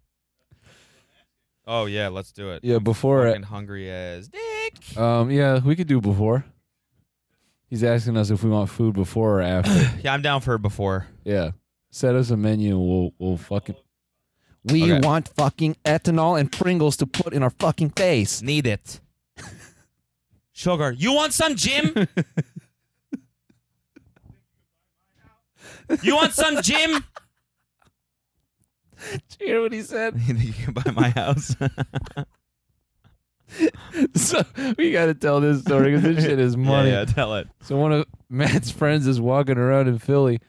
Oh yeah, let's do it. Yeah. Before. Fucking hungry as dick. Um. Yeah. We could do before. He's asking us if we want food before or after. Yeah, I'm down for before. Yeah. Set us a menu and we'll we'll fucking We Okay. want fucking ethanol and Pringles to put in our fucking face. Need it. Sugar, you want some, Jim? you want some, Jim? Did you hear what he said? you think you can buy my house? So we got to tell this story because this shit is money. Yeah, yeah, tell it. So one of Matt's friends is walking around in Philly,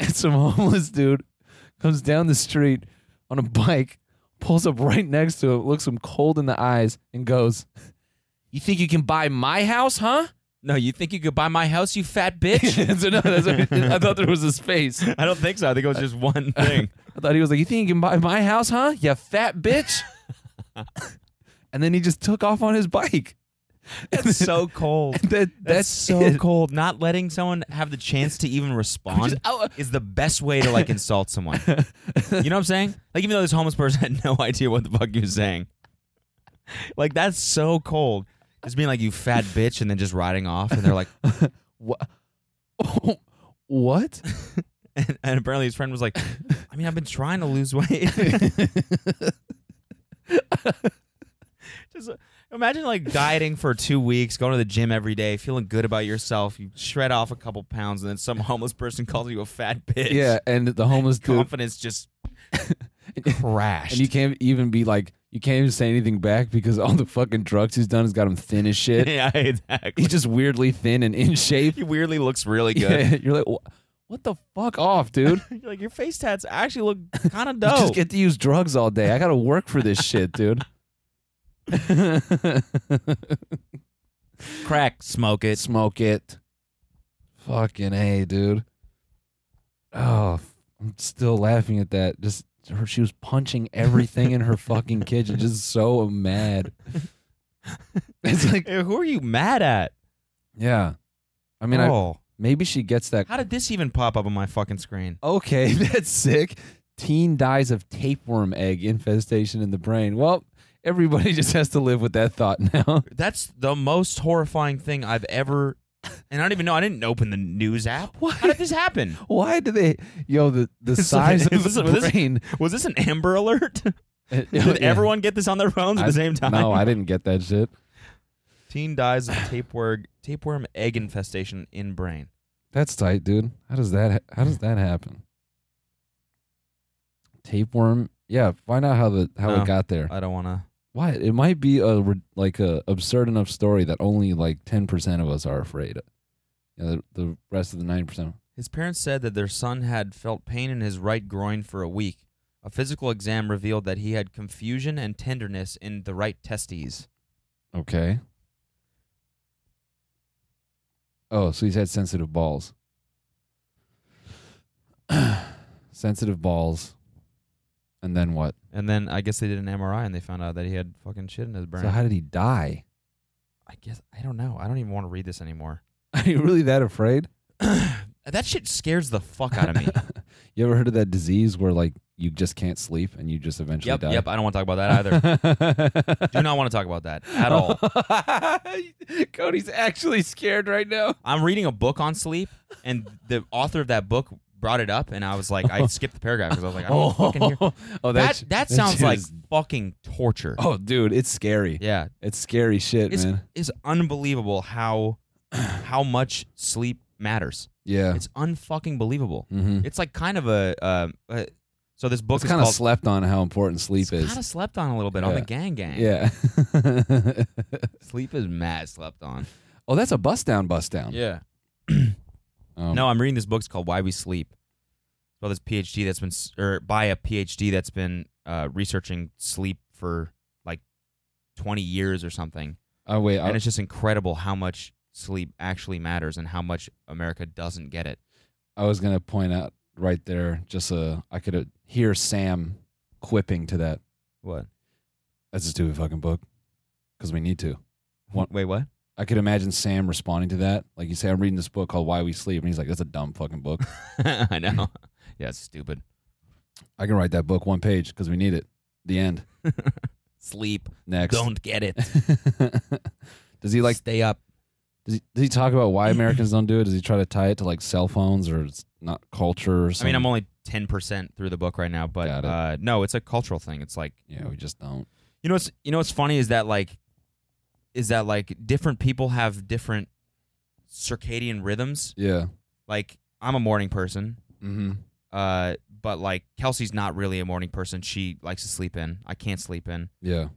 and some homeless dude comes down the street on a bike, pulls up right next to him, looks him cold in the eyes, and goes, "You think you can buy my house, huh?" No, you think you could buy my house, you fat bitch? so no, that's what, I thought there was a space. I don't think so. I think it was just one thing. I thought he was like, "You think you can buy my house, huh? You fat bitch." and then he just took off on his bike. That's so cold. That, that's, That's so it. cold. Not letting someone have the chance to even respond Just out- is the best way to like insult someone. You know what I'm saying? Like even though this homeless person had no idea what the fuck you was saying. Like that's so cold. Just being like you fat bitch and then just riding off and they're like Wha- what? and, and apparently his friend was like, I mean I've been trying to lose weight. just uh, imagine like dieting for two weeks, going to the gym every day, feeling good about yourself. You shred off a couple pounds and then some homeless person calls you a fat bitch. Yeah, and the homeless dude confidence just crashed. And you can't even be like, you can't even say anything back because all the fucking drugs he's done has got him thin as shit. yeah, exactly. He's just weirdly thin and in shape. He weirdly looks really good. Yeah, you're like, "Wha- what the fuck off, dude? You're like your face tats actually look kind of You dope. just get to use drugs all day. I got to work for this shit, dude. crack, smoke it. Smoke it. Fucking A, dude. Oh, f- I'm still laughing at that. Just her, she was punching everything in her fucking kitchen. Just so mad. It's like, Hey, who are you mad at? yeah. I mean, I, oh, Maybe she gets that. how did this even pop up on my fucking screen? Okay, that's sick. Teen dies of tapeworm egg infestation in the brain. Well, everybody just has to live with that thought now. That's the most horrifying thing I've ever. And I don't even know. I didn't open the news app. Why? How did this happen? Why do they? Yo, the the size like- of this- the this- brain. Was this an Amber Alert? Did Did everyone get this on their phones at the same time? No, I didn't get that shit. Teen dies of tapeworm tapeworm egg infestation in brain. That's tight, dude. How does that? ha- How does that happen? Tapeworm. Yeah, find out how the how No. it got there. I don't want to. Why? It might be a re- like a absurd enough story that only like ten percent of us are afraid. Of. You know, the, the rest of the ninety percent. His parents said that their son had felt pain in his right groin for a week. A physical exam revealed that he had confusion and tenderness in the right testes. Okay. Oh, so he's had sensitive balls. sensitive balls. And then what? And then I guess they did an MRI and they found out that he had fucking shit in his brain. So how did he die? I guess I don't know. I don't even want to read this anymore. Are you really that afraid? That shit scares the fuck out of me. You ever heard of that disease where like you just can't sleep and you just eventually yep, die? yep. I don't want to talk about that either. Do not want to talk about that at all. Cody's actually scared right now. I'm reading a book on sleep, and the author of that book brought it up, and I was like, I skipped the paragraph because I was like, I don't wanna fucking hear. oh, That sh- that, sounds shit like is- fucking torture. oh, dude, it's scary. Yeah, It's scary shit, it's man. it's unbelievable how how much sleep matters. Yeah, It's unfucking believable. mm-hmm. It's like kind of a um, uh, so this book it's is kind of called slept on how important sleep Kind is. of slept on a little bit on the Yeah. gang gang. Yeah. sleep is mad slept on. oh, that's a bust down, bust down. Yeah. Um, No, I'm reading this book. It's called Why We Sleep. It's about this PhD that's been, s- or by a PhD that's been uh, researching sleep for like 20 years or something. Oh wait, And I, it's just incredible how much sleep actually matters and how much America doesn't get it. I was gonna point out right there. Just uh, I could uh, hear Sam quipping to that. What? That's a stupid fucking book. Because we need to. What- Wait, what? I could imagine Sam responding to that. Like you say, I'm reading this book called Why We Sleep, and he's like, "That's a dumb fucking book. I know. Yeah, it's stupid. I can write that book one page because we need it. The end. Sleep. Next. Don't get it. does he like? stay up. Does he, does he talk about why Americans don't do it? Does he try to tie it to like cell phones or it's not culture? Or I something? mean, I'm only 10% through the book right now, but Got it. uh, no, it's a cultural thing. It's like, yeah, we just don't. You know what's you know what's funny is that like is that like different people have different circadian rhythms. Yeah. Like I'm a morning person, Mm-hmm. uh, but like Kelsey's not really a morning person. She likes to sleep in. I can't sleep in. Yeah.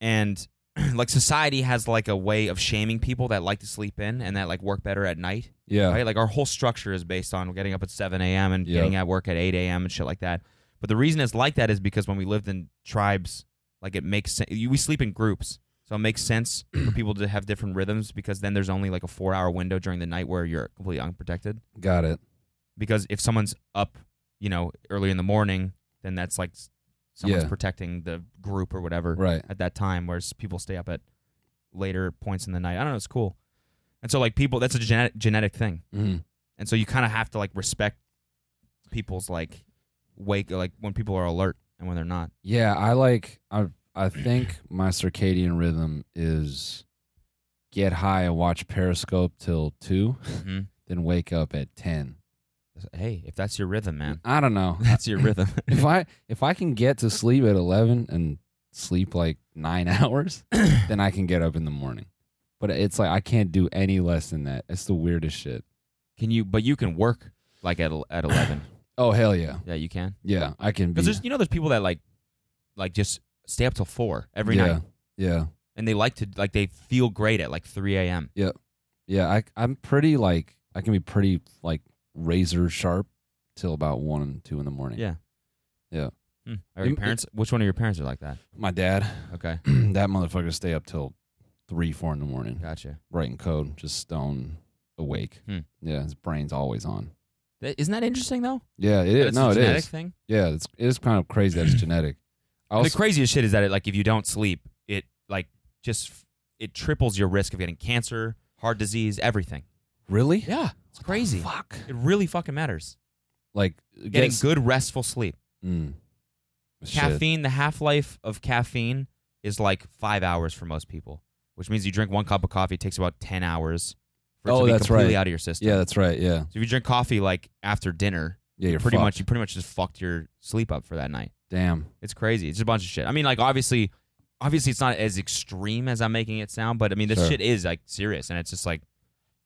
And like society has like a way of shaming people that like to sleep in and that like work better at night. Yeah. Right? Like our whole structure is based on getting up at 7 a.m. and Yeah. getting at work at 8 a.m. and shit like that. But the reason it's like that is because when we lived in tribes, like it makes sense. We sleep in groups. So it makes sense for people to have different rhythms because then there's only like a four hour window during the night where you're completely unprotected. Got it. Because if someone's up, you know, early in the morning, then that's like s- someone's Yeah. protecting the group or whatever Right. at that time, whereas people stay up at later points in the night. I don't know. It's cool. And so like people, that's a genetic, genetic thing Mm. and so you kind of have to like respect people's like wake like when people are alert and when they're not Yeah, I like I I think my circadian rhythm is get high and watch Periscope till 2, Mm-hmm. then wake up at 10. hey if that's your rhythm man I don't know. that's your rhythm if I if I can get to sleep at 11 and sleep like 9 hours, then I can get up in the morning. But it's like I can't do any less than that. It's the weirdest shit. can you but you can work like at, el- at 11 Oh hell yeah. yeah you can Yeah, I can be because there's you know there's people that like like just stay up till four every yeah, night Yeah. and they like to like they feel great at like 3 a.m Yeah, I I'm pretty like I can be pretty like razor sharp till about one and two in the morning. Yeah. hmm. are your Im- parents which one of your parents are like that My dad, okay that motherfucker stay up till three, four in the morning, gotcha writing code, just stone awake. Hmm. Yeah, his brain's always on. That- isn't that interesting though Yeah, it is. That's No, a it genetic is. thing Yeah, it's it is kind of crazy that it's genetic. I And also, the craziest shit is that it, like if you don't sleep, it like just f- it triples your risk of getting cancer, heart disease, everything. really? Yeah, it's crazy. Fuck. It really fucking matters. Like Getting guess- good restful sleep. Mm. Shit. Caffeine, the half life of caffeine is like five hours for most people, which means you drink one cup of coffee, it takes about ten hours for it Oh, to be that's completely right. out of your system. Yeah, that's right. Yeah, So if you drink coffee like after dinner, yeah. You're pretty fucked. much you pretty much just fucked your sleep up for that night. Damn. It's crazy. It's a bunch of shit. I mean, like obviously, obviously it's not as extreme as I'm making it sound, but I mean this Sure. shit is like serious, and it's just like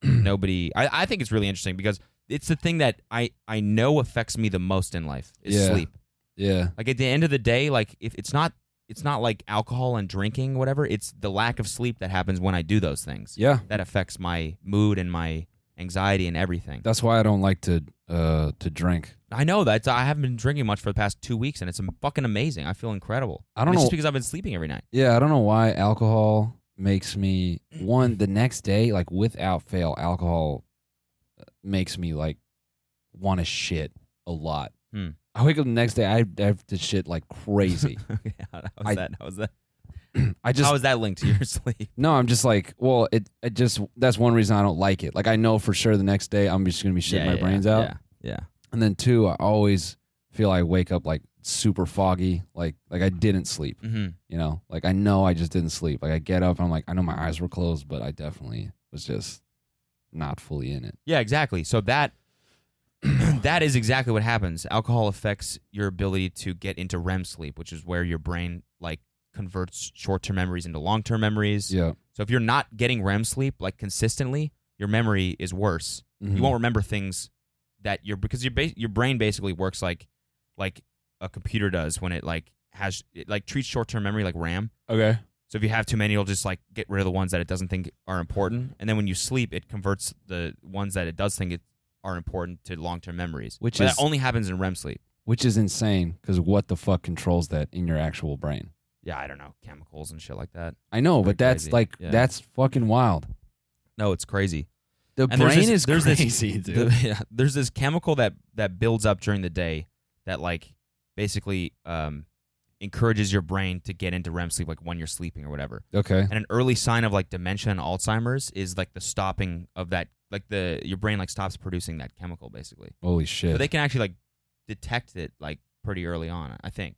nobody. I, I think it's really interesting because it's the thing that I I know affects me the most in life is Yeah. sleep. Yeah. Like at the end of the day, like if it's not it's not like alcohol and drinking whatever. It's the lack of sleep that happens when I do those things Yeah. that affects my mood and my anxiety and everything. That's why I don't like to uh to drink. I know that I haven't been drinking much for the past two weeks, and it's fucking amazing. I feel incredible. I don't And it's know- just because I've been sleeping every night. Yeah, I don't know why alcohol makes me one the next day like without fail alcohol uh, makes me like want to shit a lot. Hmm. I wake up the next day I I have to shit like crazy. Okay, how how's I- that? How's that? I just how is that linked to your sleep? no, I'm just like, well, it, it just that's one reason I don't like it. Like I know for sure the next day I'm just gonna be shitting my brains out. Yeah, yeah. And then two, I always feel I wake up like super foggy, like like I didn't sleep. Mm-hmm. You know, like I know I just didn't sleep. Like I get up, I'm like, I know my eyes were closed, but I definitely was just not fully in it. yeah, exactly. So that that is exactly what happens. Alcohol affects your ability to get into REM sleep, which is where your brain like converts short-term memories into long-term memories. Yeah. So if you're not getting REM sleep like consistently, your memory is worse. Mhm. You won't remember things that your because your ba- your brain basically works like like a computer does when it like has it like treats short-term memory like RAM. Okay. So if you have too many, it'll just like get rid of the ones that it doesn't think are important, and then when you sleep, it converts the ones that it does think it are important to long-term memories. Which But is- that only happens in REM sleep. Which is insane because what the fuck controls that in your actual brain? Yeah, I don't know chemicals and shit like that. I know, but Pretty that's crazy. like Yeah. that's fucking wild. No, it's crazy. The And there's brain this- is there's this- crazy, dude. The- yeah, there's this chemical that that builds up during the day that like basically um, encourages your brain to get into REM sleep, like when you're sleeping or whatever. okay. And an early sign of like dementia and Alzheimer's is like the stopping of that, like the your brain like stops producing that chemical basically. Holy So shit. they can actually like detect it like pretty early on. I think.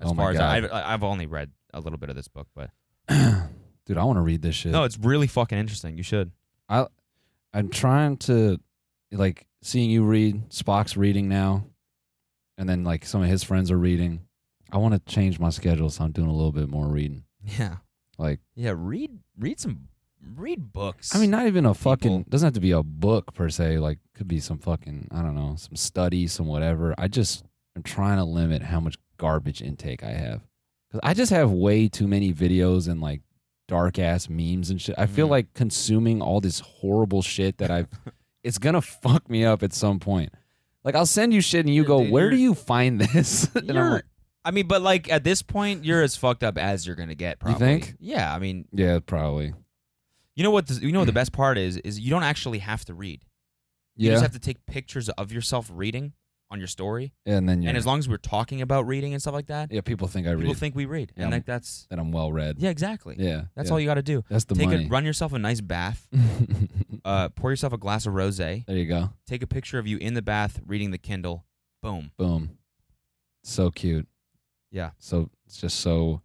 As Oh my far as I, God. I've, I've only read a little bit of this book, but dude, I want to read this shit. no, it's really fucking interesting. You should. I'm trying to like seeing you read Spock's reading now, and then like some of his friends are reading. I want to change my schedule, so I'm doing a little bit more reading. Yeah. Like, Yeah. Read read some read books. I mean, not even a fucking People- doesn't have to be a book per se. Like, could be some fucking I don't know, some study, some whatever. I just I'm trying to limit how much garbage intake I have because I just have way too many videos and like dark ass memes and shit. I Mm-hmm. feel like consuming all this horrible shit that I've. it's gonna fuck me up at some point. Like I'll send you shit and you go, dude, "Where do you're- you find this?" and I'm You're- like, I mean, but like at this point, you're as fucked up as you're gonna get. You Probably. think? Yeah. I mean, "Yeah, probably." you know what? The, you know what the best part is is you don't actually have to read. You yeah, just have to take pictures of yourself reading on your story, and then you're, and as long as we're talking about reading and stuff like that, yeah, people think I people read think we read, Yeah. and like that's that I'm well read. yeah, exactly. yeah, That's yeah. all you got to do. That's the Take money. a run yourself a nice bath. Uh, pour yourself a glass of rosé. there you go. Take a picture of you in the bath reading the Kindle. Boom. Boom. So cute. Yeah. So it's just so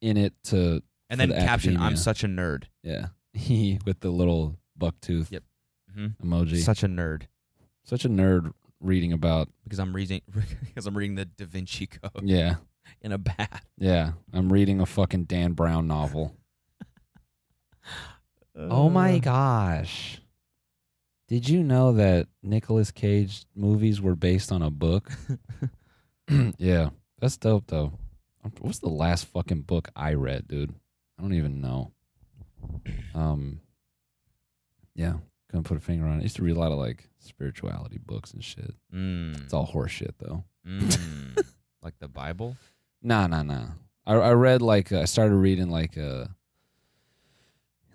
in it to And For then the caption: "I'm academia. such a nerd." yeah with the little buck tooth Yep. Mhm. emoji. Such, Such a nerd. a nerd reading about because I'm reading because I'm reading the Da Vinci Code yeah in a bath. yeah. I'm reading a fucking Dan Brown novel. oh my gosh. Did you know that Nicolas Cage movies were based on a book? yeah, that's dope though. Um, What's the last fucking book I read, dude? I don't even know. Um, yeah, couldn't put a finger on it. I used to read a lot of like spirituality books and shit. Mm, It's all horse shit though. mm. like the Bible. Nah, nah, nah. I I read like uh, I started reading like a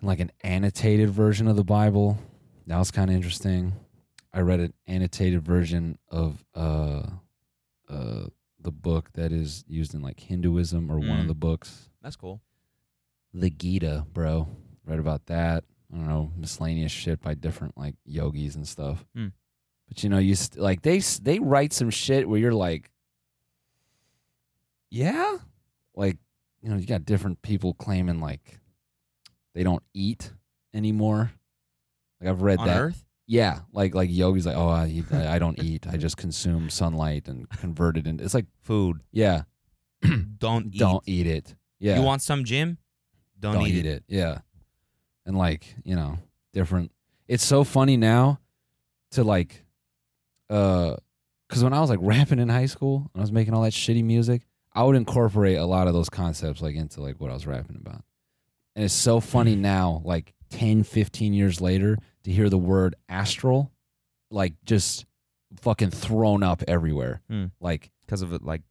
like an annotated version of the Bible. That was kind of interesting. I read an annotated version of uh uh the book that is used in like Hinduism or one Mm. of the books, That's cool. the Gita, bro. Read about that. I don't know miscellaneous shit by different like yogis and stuff. Hmm. But you know, you st- like they s- they write some shit where you're like, yeah like you know you got different people claiming like they don't eat anymore like i've read On that Earth. yeah like like yogi's like oh i eat, I, I don't eat i just consume sunlight and convert it into it's like Food. yeah Don't eat. don't eat it yeah You want some Jim? Don't, don't eat, eat it. it yeah and like you know different it's so funny now to like uh because when i was like rapping in high school and i was making all that shitty music i would incorporate a lot of those concepts like into like what i was rapping about and it's so funny now like 10 15 years later to hear the word astral like just fucking thrown up everywhere Hmm. like because of it, like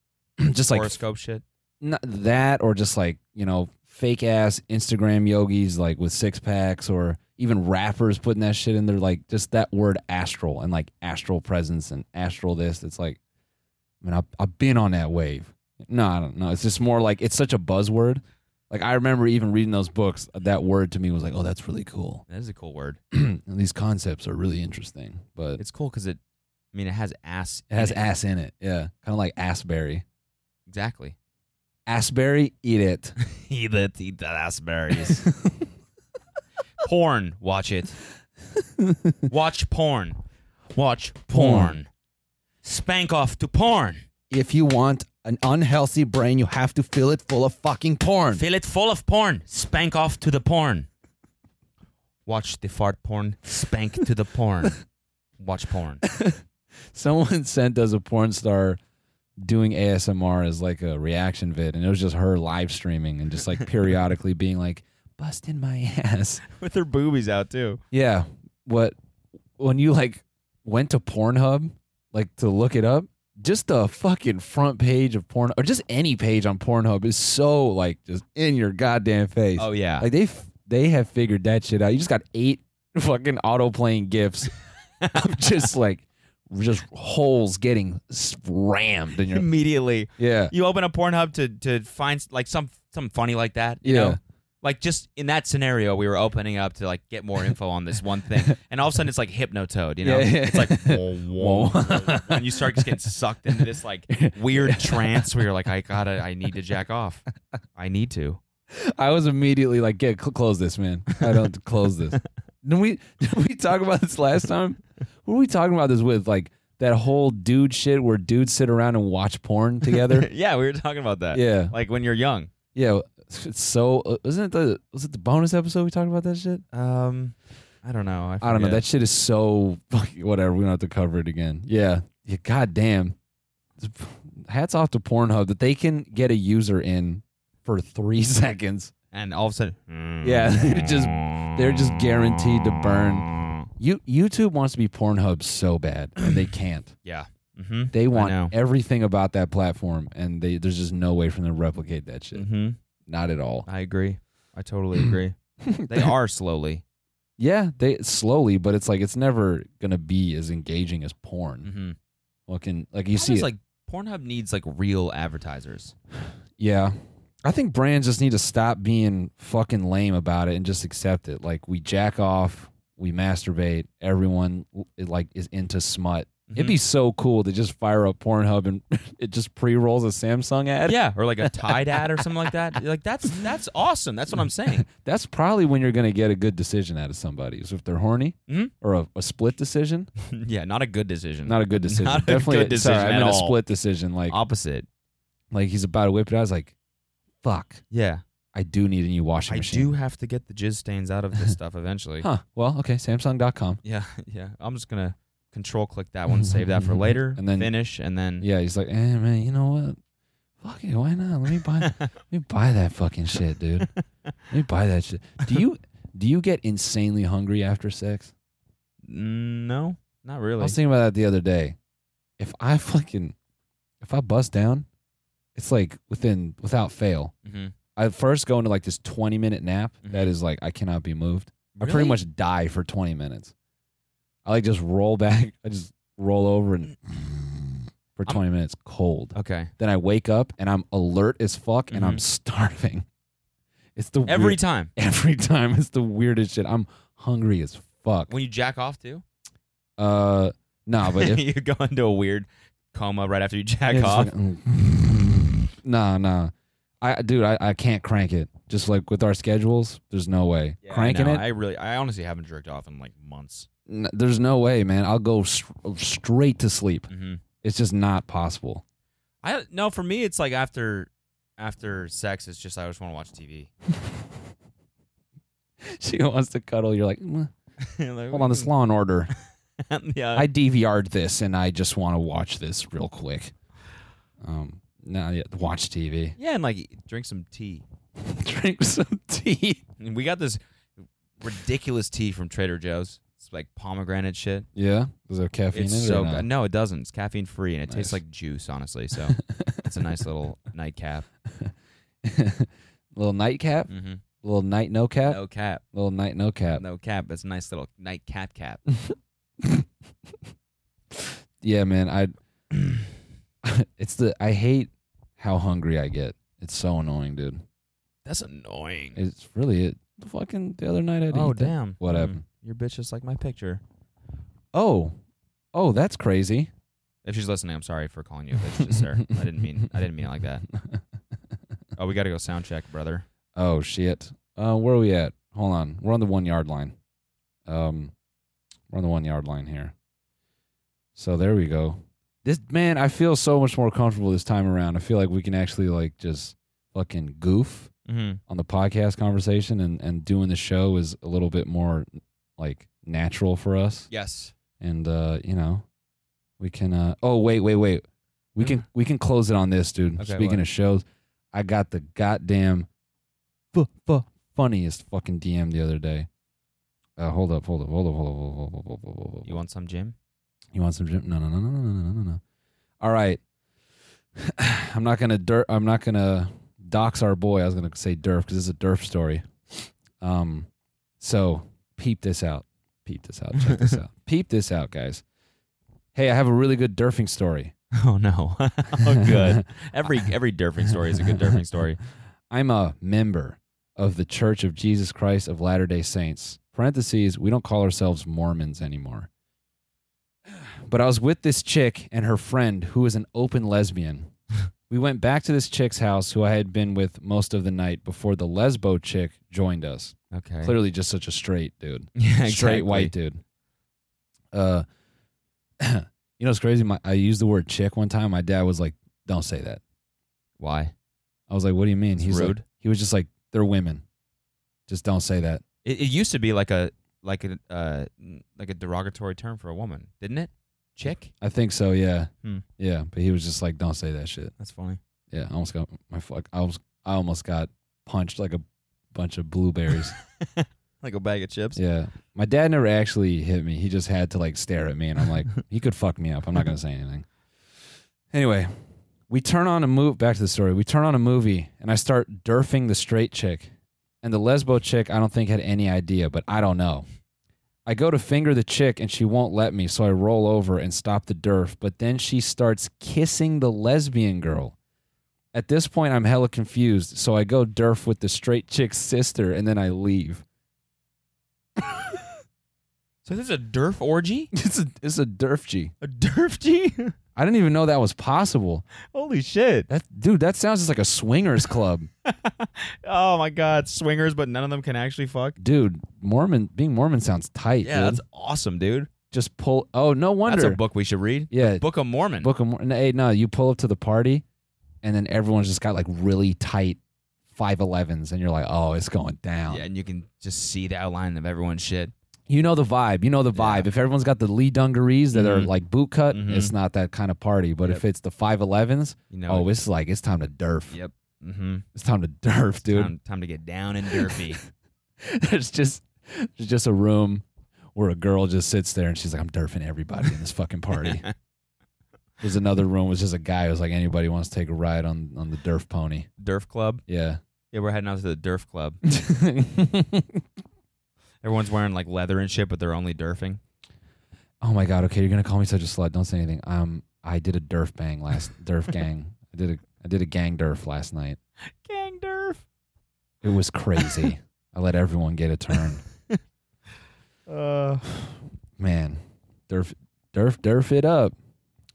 just like horoscope shit. not that or just like you know fake ass instagram yogis like with six packs or even rappers putting that shit in there like just that word astral and like astral presence and astral this it's like i mean i've, I've been on that wave no i don't know it's just more like it's such a buzzword like i remember even reading those books that word to me was like oh that's really cool That is a cool word. and these concepts are really interesting but it It's cool because it. I mean, it has ass. in has ass in it yeah kind of like assberry Exactly. assberry eat it eat it. Eat that ass porn. Watch it. Watch porn. Watch porn. Spank off to porn. if you want an unhealthy brain, you have to fill it full of fucking porn. Fill it full of porn. Spank off to the porn. Watch the fart porn. Spank to the porn. Watch porn. Someone sent us a porn star doing ASMR as like a reaction vid, and it was just her live streaming and just like periodically being like, busting my ass. With her boobies out too. Yeah. What, when you like went to Pornhub, like to look it up, just the fucking front page of porn or just any page on Pornhub is so like just in your goddamn face. Oh yeah. Like they f- they have figured that shit out. You just got eight fucking auto playing gifts of just like just holes getting s- rammed in your Immediately. yeah You open a Pornhub to to find like some some funny like that, you Yeah. know? Like just in that scenario, we were opening up to like get more info on this one thing, and all of a sudden it's like hypnotoad, you know? Yeah, yeah. It's like whoa, whoa, whoa. and you start just getting sucked into this like weird trance where you're like, I gotta, I need to jack off, I need to. I was immediately like, "Get cl- close this, man. I don't close this." Did we did we talk about this last time? Who were we talking about this with? Like that whole dude shit where dudes sit around and watch porn together. yeah, we were talking about that. yeah, Like when you're young. yeah. It's so uh, isn't it the was it the bonus episode we talked about that shit? Um, I don't know. I don't know. forget. That shit is so fucking whatever. We don't have to cover it again. Yeah. Yeah. God damn. hats off to Pornhub that they can get a user in for three seconds. And all of a sudden, mm-hmm. Yeah, they're just they're just guaranteed to burn. You YouTube wants to be Pornhub so bad, and they can't. yeah. Mm-hmm. They know. want everything about that platform, and they, there's just no way for them to replicate that shit. Mm-hmm. Not at all. I agree. I totally agree. they are slowly. Yeah, they slowly, but it's like it's never gonna be as engaging as porn. Mm-hmm. Fucking like you see, it. like Pornhub needs like real advertisers. yeah. I think brands just need to stop being fucking lame about it and just accept it. Like we jack off, we masturbate. Everyone it, like is into smut. It'd Mm-hmm. be so cool to just fire up Pornhub and it just pre rolls a Samsung ad. Yeah, or like a Tide ad or something like that. Like that's that's awesome. That's what I'm saying. That's probably when you're gonna get a good decision out of somebody. So if they're horny Mhm. or a, a split decision, yeah, not a good decision. not a good decision. Not a Definitely good decision sorry, I at meant a all. split decision. Like opposite. like he's about to whip it. I was like, fuck, Yeah, I do need a new washing I machine. do have to get the jizz stains out of this stuff eventually. Huh. Well, okay, Samsung.com. Yeah, yeah. I'm just gonna control click that one, save that for later, And then- finish, and then Yeah, he's like, eh, man, you know what? Fuck it, why not? Let me buy, let me buy that fucking shit, dude. Let me buy that shit. Do you do you get insanely hungry after sex? Mm, no, not I really. was thinking about that the other day. If I fucking if I bust down, it's like within without fail. mm-hmm. I first go into like this twenty minute nap that is like I cannot be moved. I pretty much die for 20 minutes. I like just roll back. I just roll over and for 20 minutes cold. okay. Then I wake up and I'm alert as fuck and I'm Mhm. starving. It's the Every weird- time every time it's the weirdest shit. I'm hungry as fuck. when you jack off too, Uh, nah, but if you go into a weird coma right after you jack it's off. like, mm. nah, nah. I dude, I, I can't crank it. Just like with our schedules, there's no way Yeah, I cranking know. it. I really, I honestly haven't jerked off in like months. n- there's no way, man. I'll go s- straight to sleep. Mm-hmm. It's just not possible. I no, for me, it's like after after sex, it's just I just want to watch TV. she wants to cuddle. You're like, "Mm, Like, hold on, this Law and Order. yeah, I DVR'd this, and I just want to watch this real quick. Um, now yeah, watch TV, yeah, and like drink some tea. drink some tea. And we got this ridiculous tea from Trader Joe's. It's like pomegranate shit. Yeah, is there caffeine in It's it? so or good. not? No, it doesn't. It's caffeine free and it tastes Nice. like juice, honestly. So it's a nice little nightcap. little nightcap, Mm-hmm. little night Mm. no cap, No cap. little night no cap. No cap. That's a nice little night cat cap. Yeah, man. I. it's the I hate how hungry I get. It's so annoying, dude. That's annoying. It's really it. The fucking the other night I. oh, damn. What Mm. happened? Your bitch just like my picture. Oh, oh, that's crazy. If she's listening, I'm sorry for calling you a bitch, just sir. I didn't mean I didn't mean it like that. Oh, we gotta go sound check, brother. Oh shit. Uh, where are we at? Hold on. We're on the one yard line. Um, we're on the one yard line here. So there we go. This man, I feel so much more comfortable this time around. I feel like we can actually like just fucking goof Mm-hmm. on the podcast conversation, and and doing the show is a little bit more like natural for us. Yes. And uh, you know, we can. Uh, oh wait, wait, wait. We can we can close it on this, dude. Okay, Speaking what? of shows, I got the goddamn fu- fu- funniest fucking DM the other day. Uh, hold up, hold up, hold up, hold up, hold up, hold up, hold up, hold up, hold up. You want some Jim? You want some gym? No, no, no, no, no, no, no, no, no. All right. I'm not gonna dirt. I'm not gonna dox our boy. I was gonna say Durf because it's a Durf story. Um, so peep this out. Peep this out. Check this out. Peep this out, guys. Hey, I have a really good Durfing story. Oh no. oh good. Every every derfing story is a good derfing story. I'm a member of the Church of Jesus Christ of Latter Day Saints. Parentheses. We don't call ourselves Mormons anymore. But I was with this chick and her friend who is an open lesbian. We went back to this chick's house who I had been with most of the night before the lesbo chick joined us. Okay. Clearly just such a straight dude. Yeah, Straight white dude. Uh you know it's crazy. My, I used the word chick one time. My dad was like, Don't say that. Why? I was like, What do you mean? It's He's like- rude. he was just like, They're women. Just don't say that. It, it used to be like a like a uh, like a derogatory term for a woman, didn't it? chick? I think so. Yeah, Hmm. yeah. But he was just like, "Don't say that shit." That's funny. Yeah, I almost got my fuck. I was. I almost got punched like a bunch of blueberries. Like a bag of chips. yeah, my dad never actually hit me. He just had to like stare at me, and I'm like, he could fuck me up. I'm not gonna say anything. Anyway, we turn on a move. Back to the story. We turn on a movie, and I start derfing the straight chick, and the lesbo chick. I don't think had any idea, but I don't know. I go to finger the chick and she won't let me, so I roll over and stop the derf. But then she starts kissing the lesbian girl. At this point, I'm hella confused, so I go derf with the straight chick's sister and then I leave. So this is a derf orgy? It's a, it's a derf G. A derf G? I didn't even know that was possible. Holy shit. That dude, that sounds just like a swingers club, Oh my god, swingers, but none of them can actually fuck. dude. Mormon being Mormon sounds tight. Yeah, dude. that's awesome, dude. just pull. Oh no wonder. That's a book we should read. Yeah, Book of Mormon. Book of Mormon. Hey, no, you pull up to the party, and then everyone's just got like really tight five elevens, and you're like, oh, it's going down. Yeah, and you can just see the outline of everyone's shit. You know the vibe. You know the Yeah. vibe. If everyone's got the Lee dungarees that are Mhm. like boot cut, Mhm. it's not that kind of party. But if it's the five elevens, You know. oh, it's like it's time to derf. Yep. Mm-hmm. It's time to derf, dude. Time, time to get down and derpy. there's just there's just a room where a girl just sits there and she's like, I'm derfing everybody in this fucking party. there's another room was just a guy who was like, anybody wants to take a ride on on the derf pony. Derf Club. Yeah. Yeah, we're heading out to the Derf Club. Everyone's wearing like leather and shit, but they're only derfing. oh my god. Okay, you're gonna call me such a slut. Don't say anything. Um, I did a derf bang last derf gang. I did a I did a gang derf last night. Gang derf. It was crazy. I let everyone get a turn. Uh, Man, derf derf derf it up.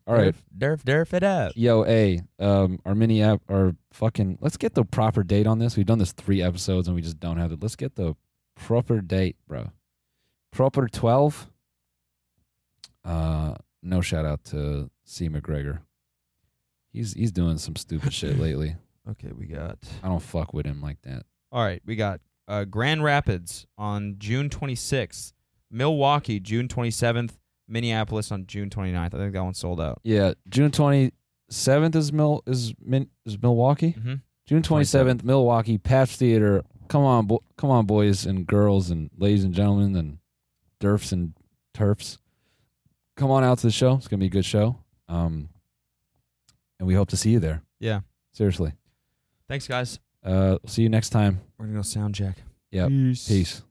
All right. Derf, derf, derf it up. Yo, a um, our mini app, our fucking. Let's get the proper date on this. We've done this three episodes and we just don't have it. Let's get the proper date, bro. Proper twelve. Uh, no shout out to C McGregor. He's he's doing some stupid shit lately. Okay, we got. I don't fuck with him like that. All right, we got uh, Grand Rapids on June 26th, Milwaukee June 27th, Minneapolis on June 29th. I think that one sold out. Yeah, June twenty seventh is Mil is Min is Milwaukee. Mhm. June twenty seventh, Milwaukee Patch Theater. Come on, bo- come on, boys and girls and ladies and gentlemen and derfs and turfs. Come on out to the show. It's gonna be a good show. Um, and we hope to see you there. Yeah. seriously. Thanks, guys. Uh, see you next time. We're gonna go sound check. Yep. Peace.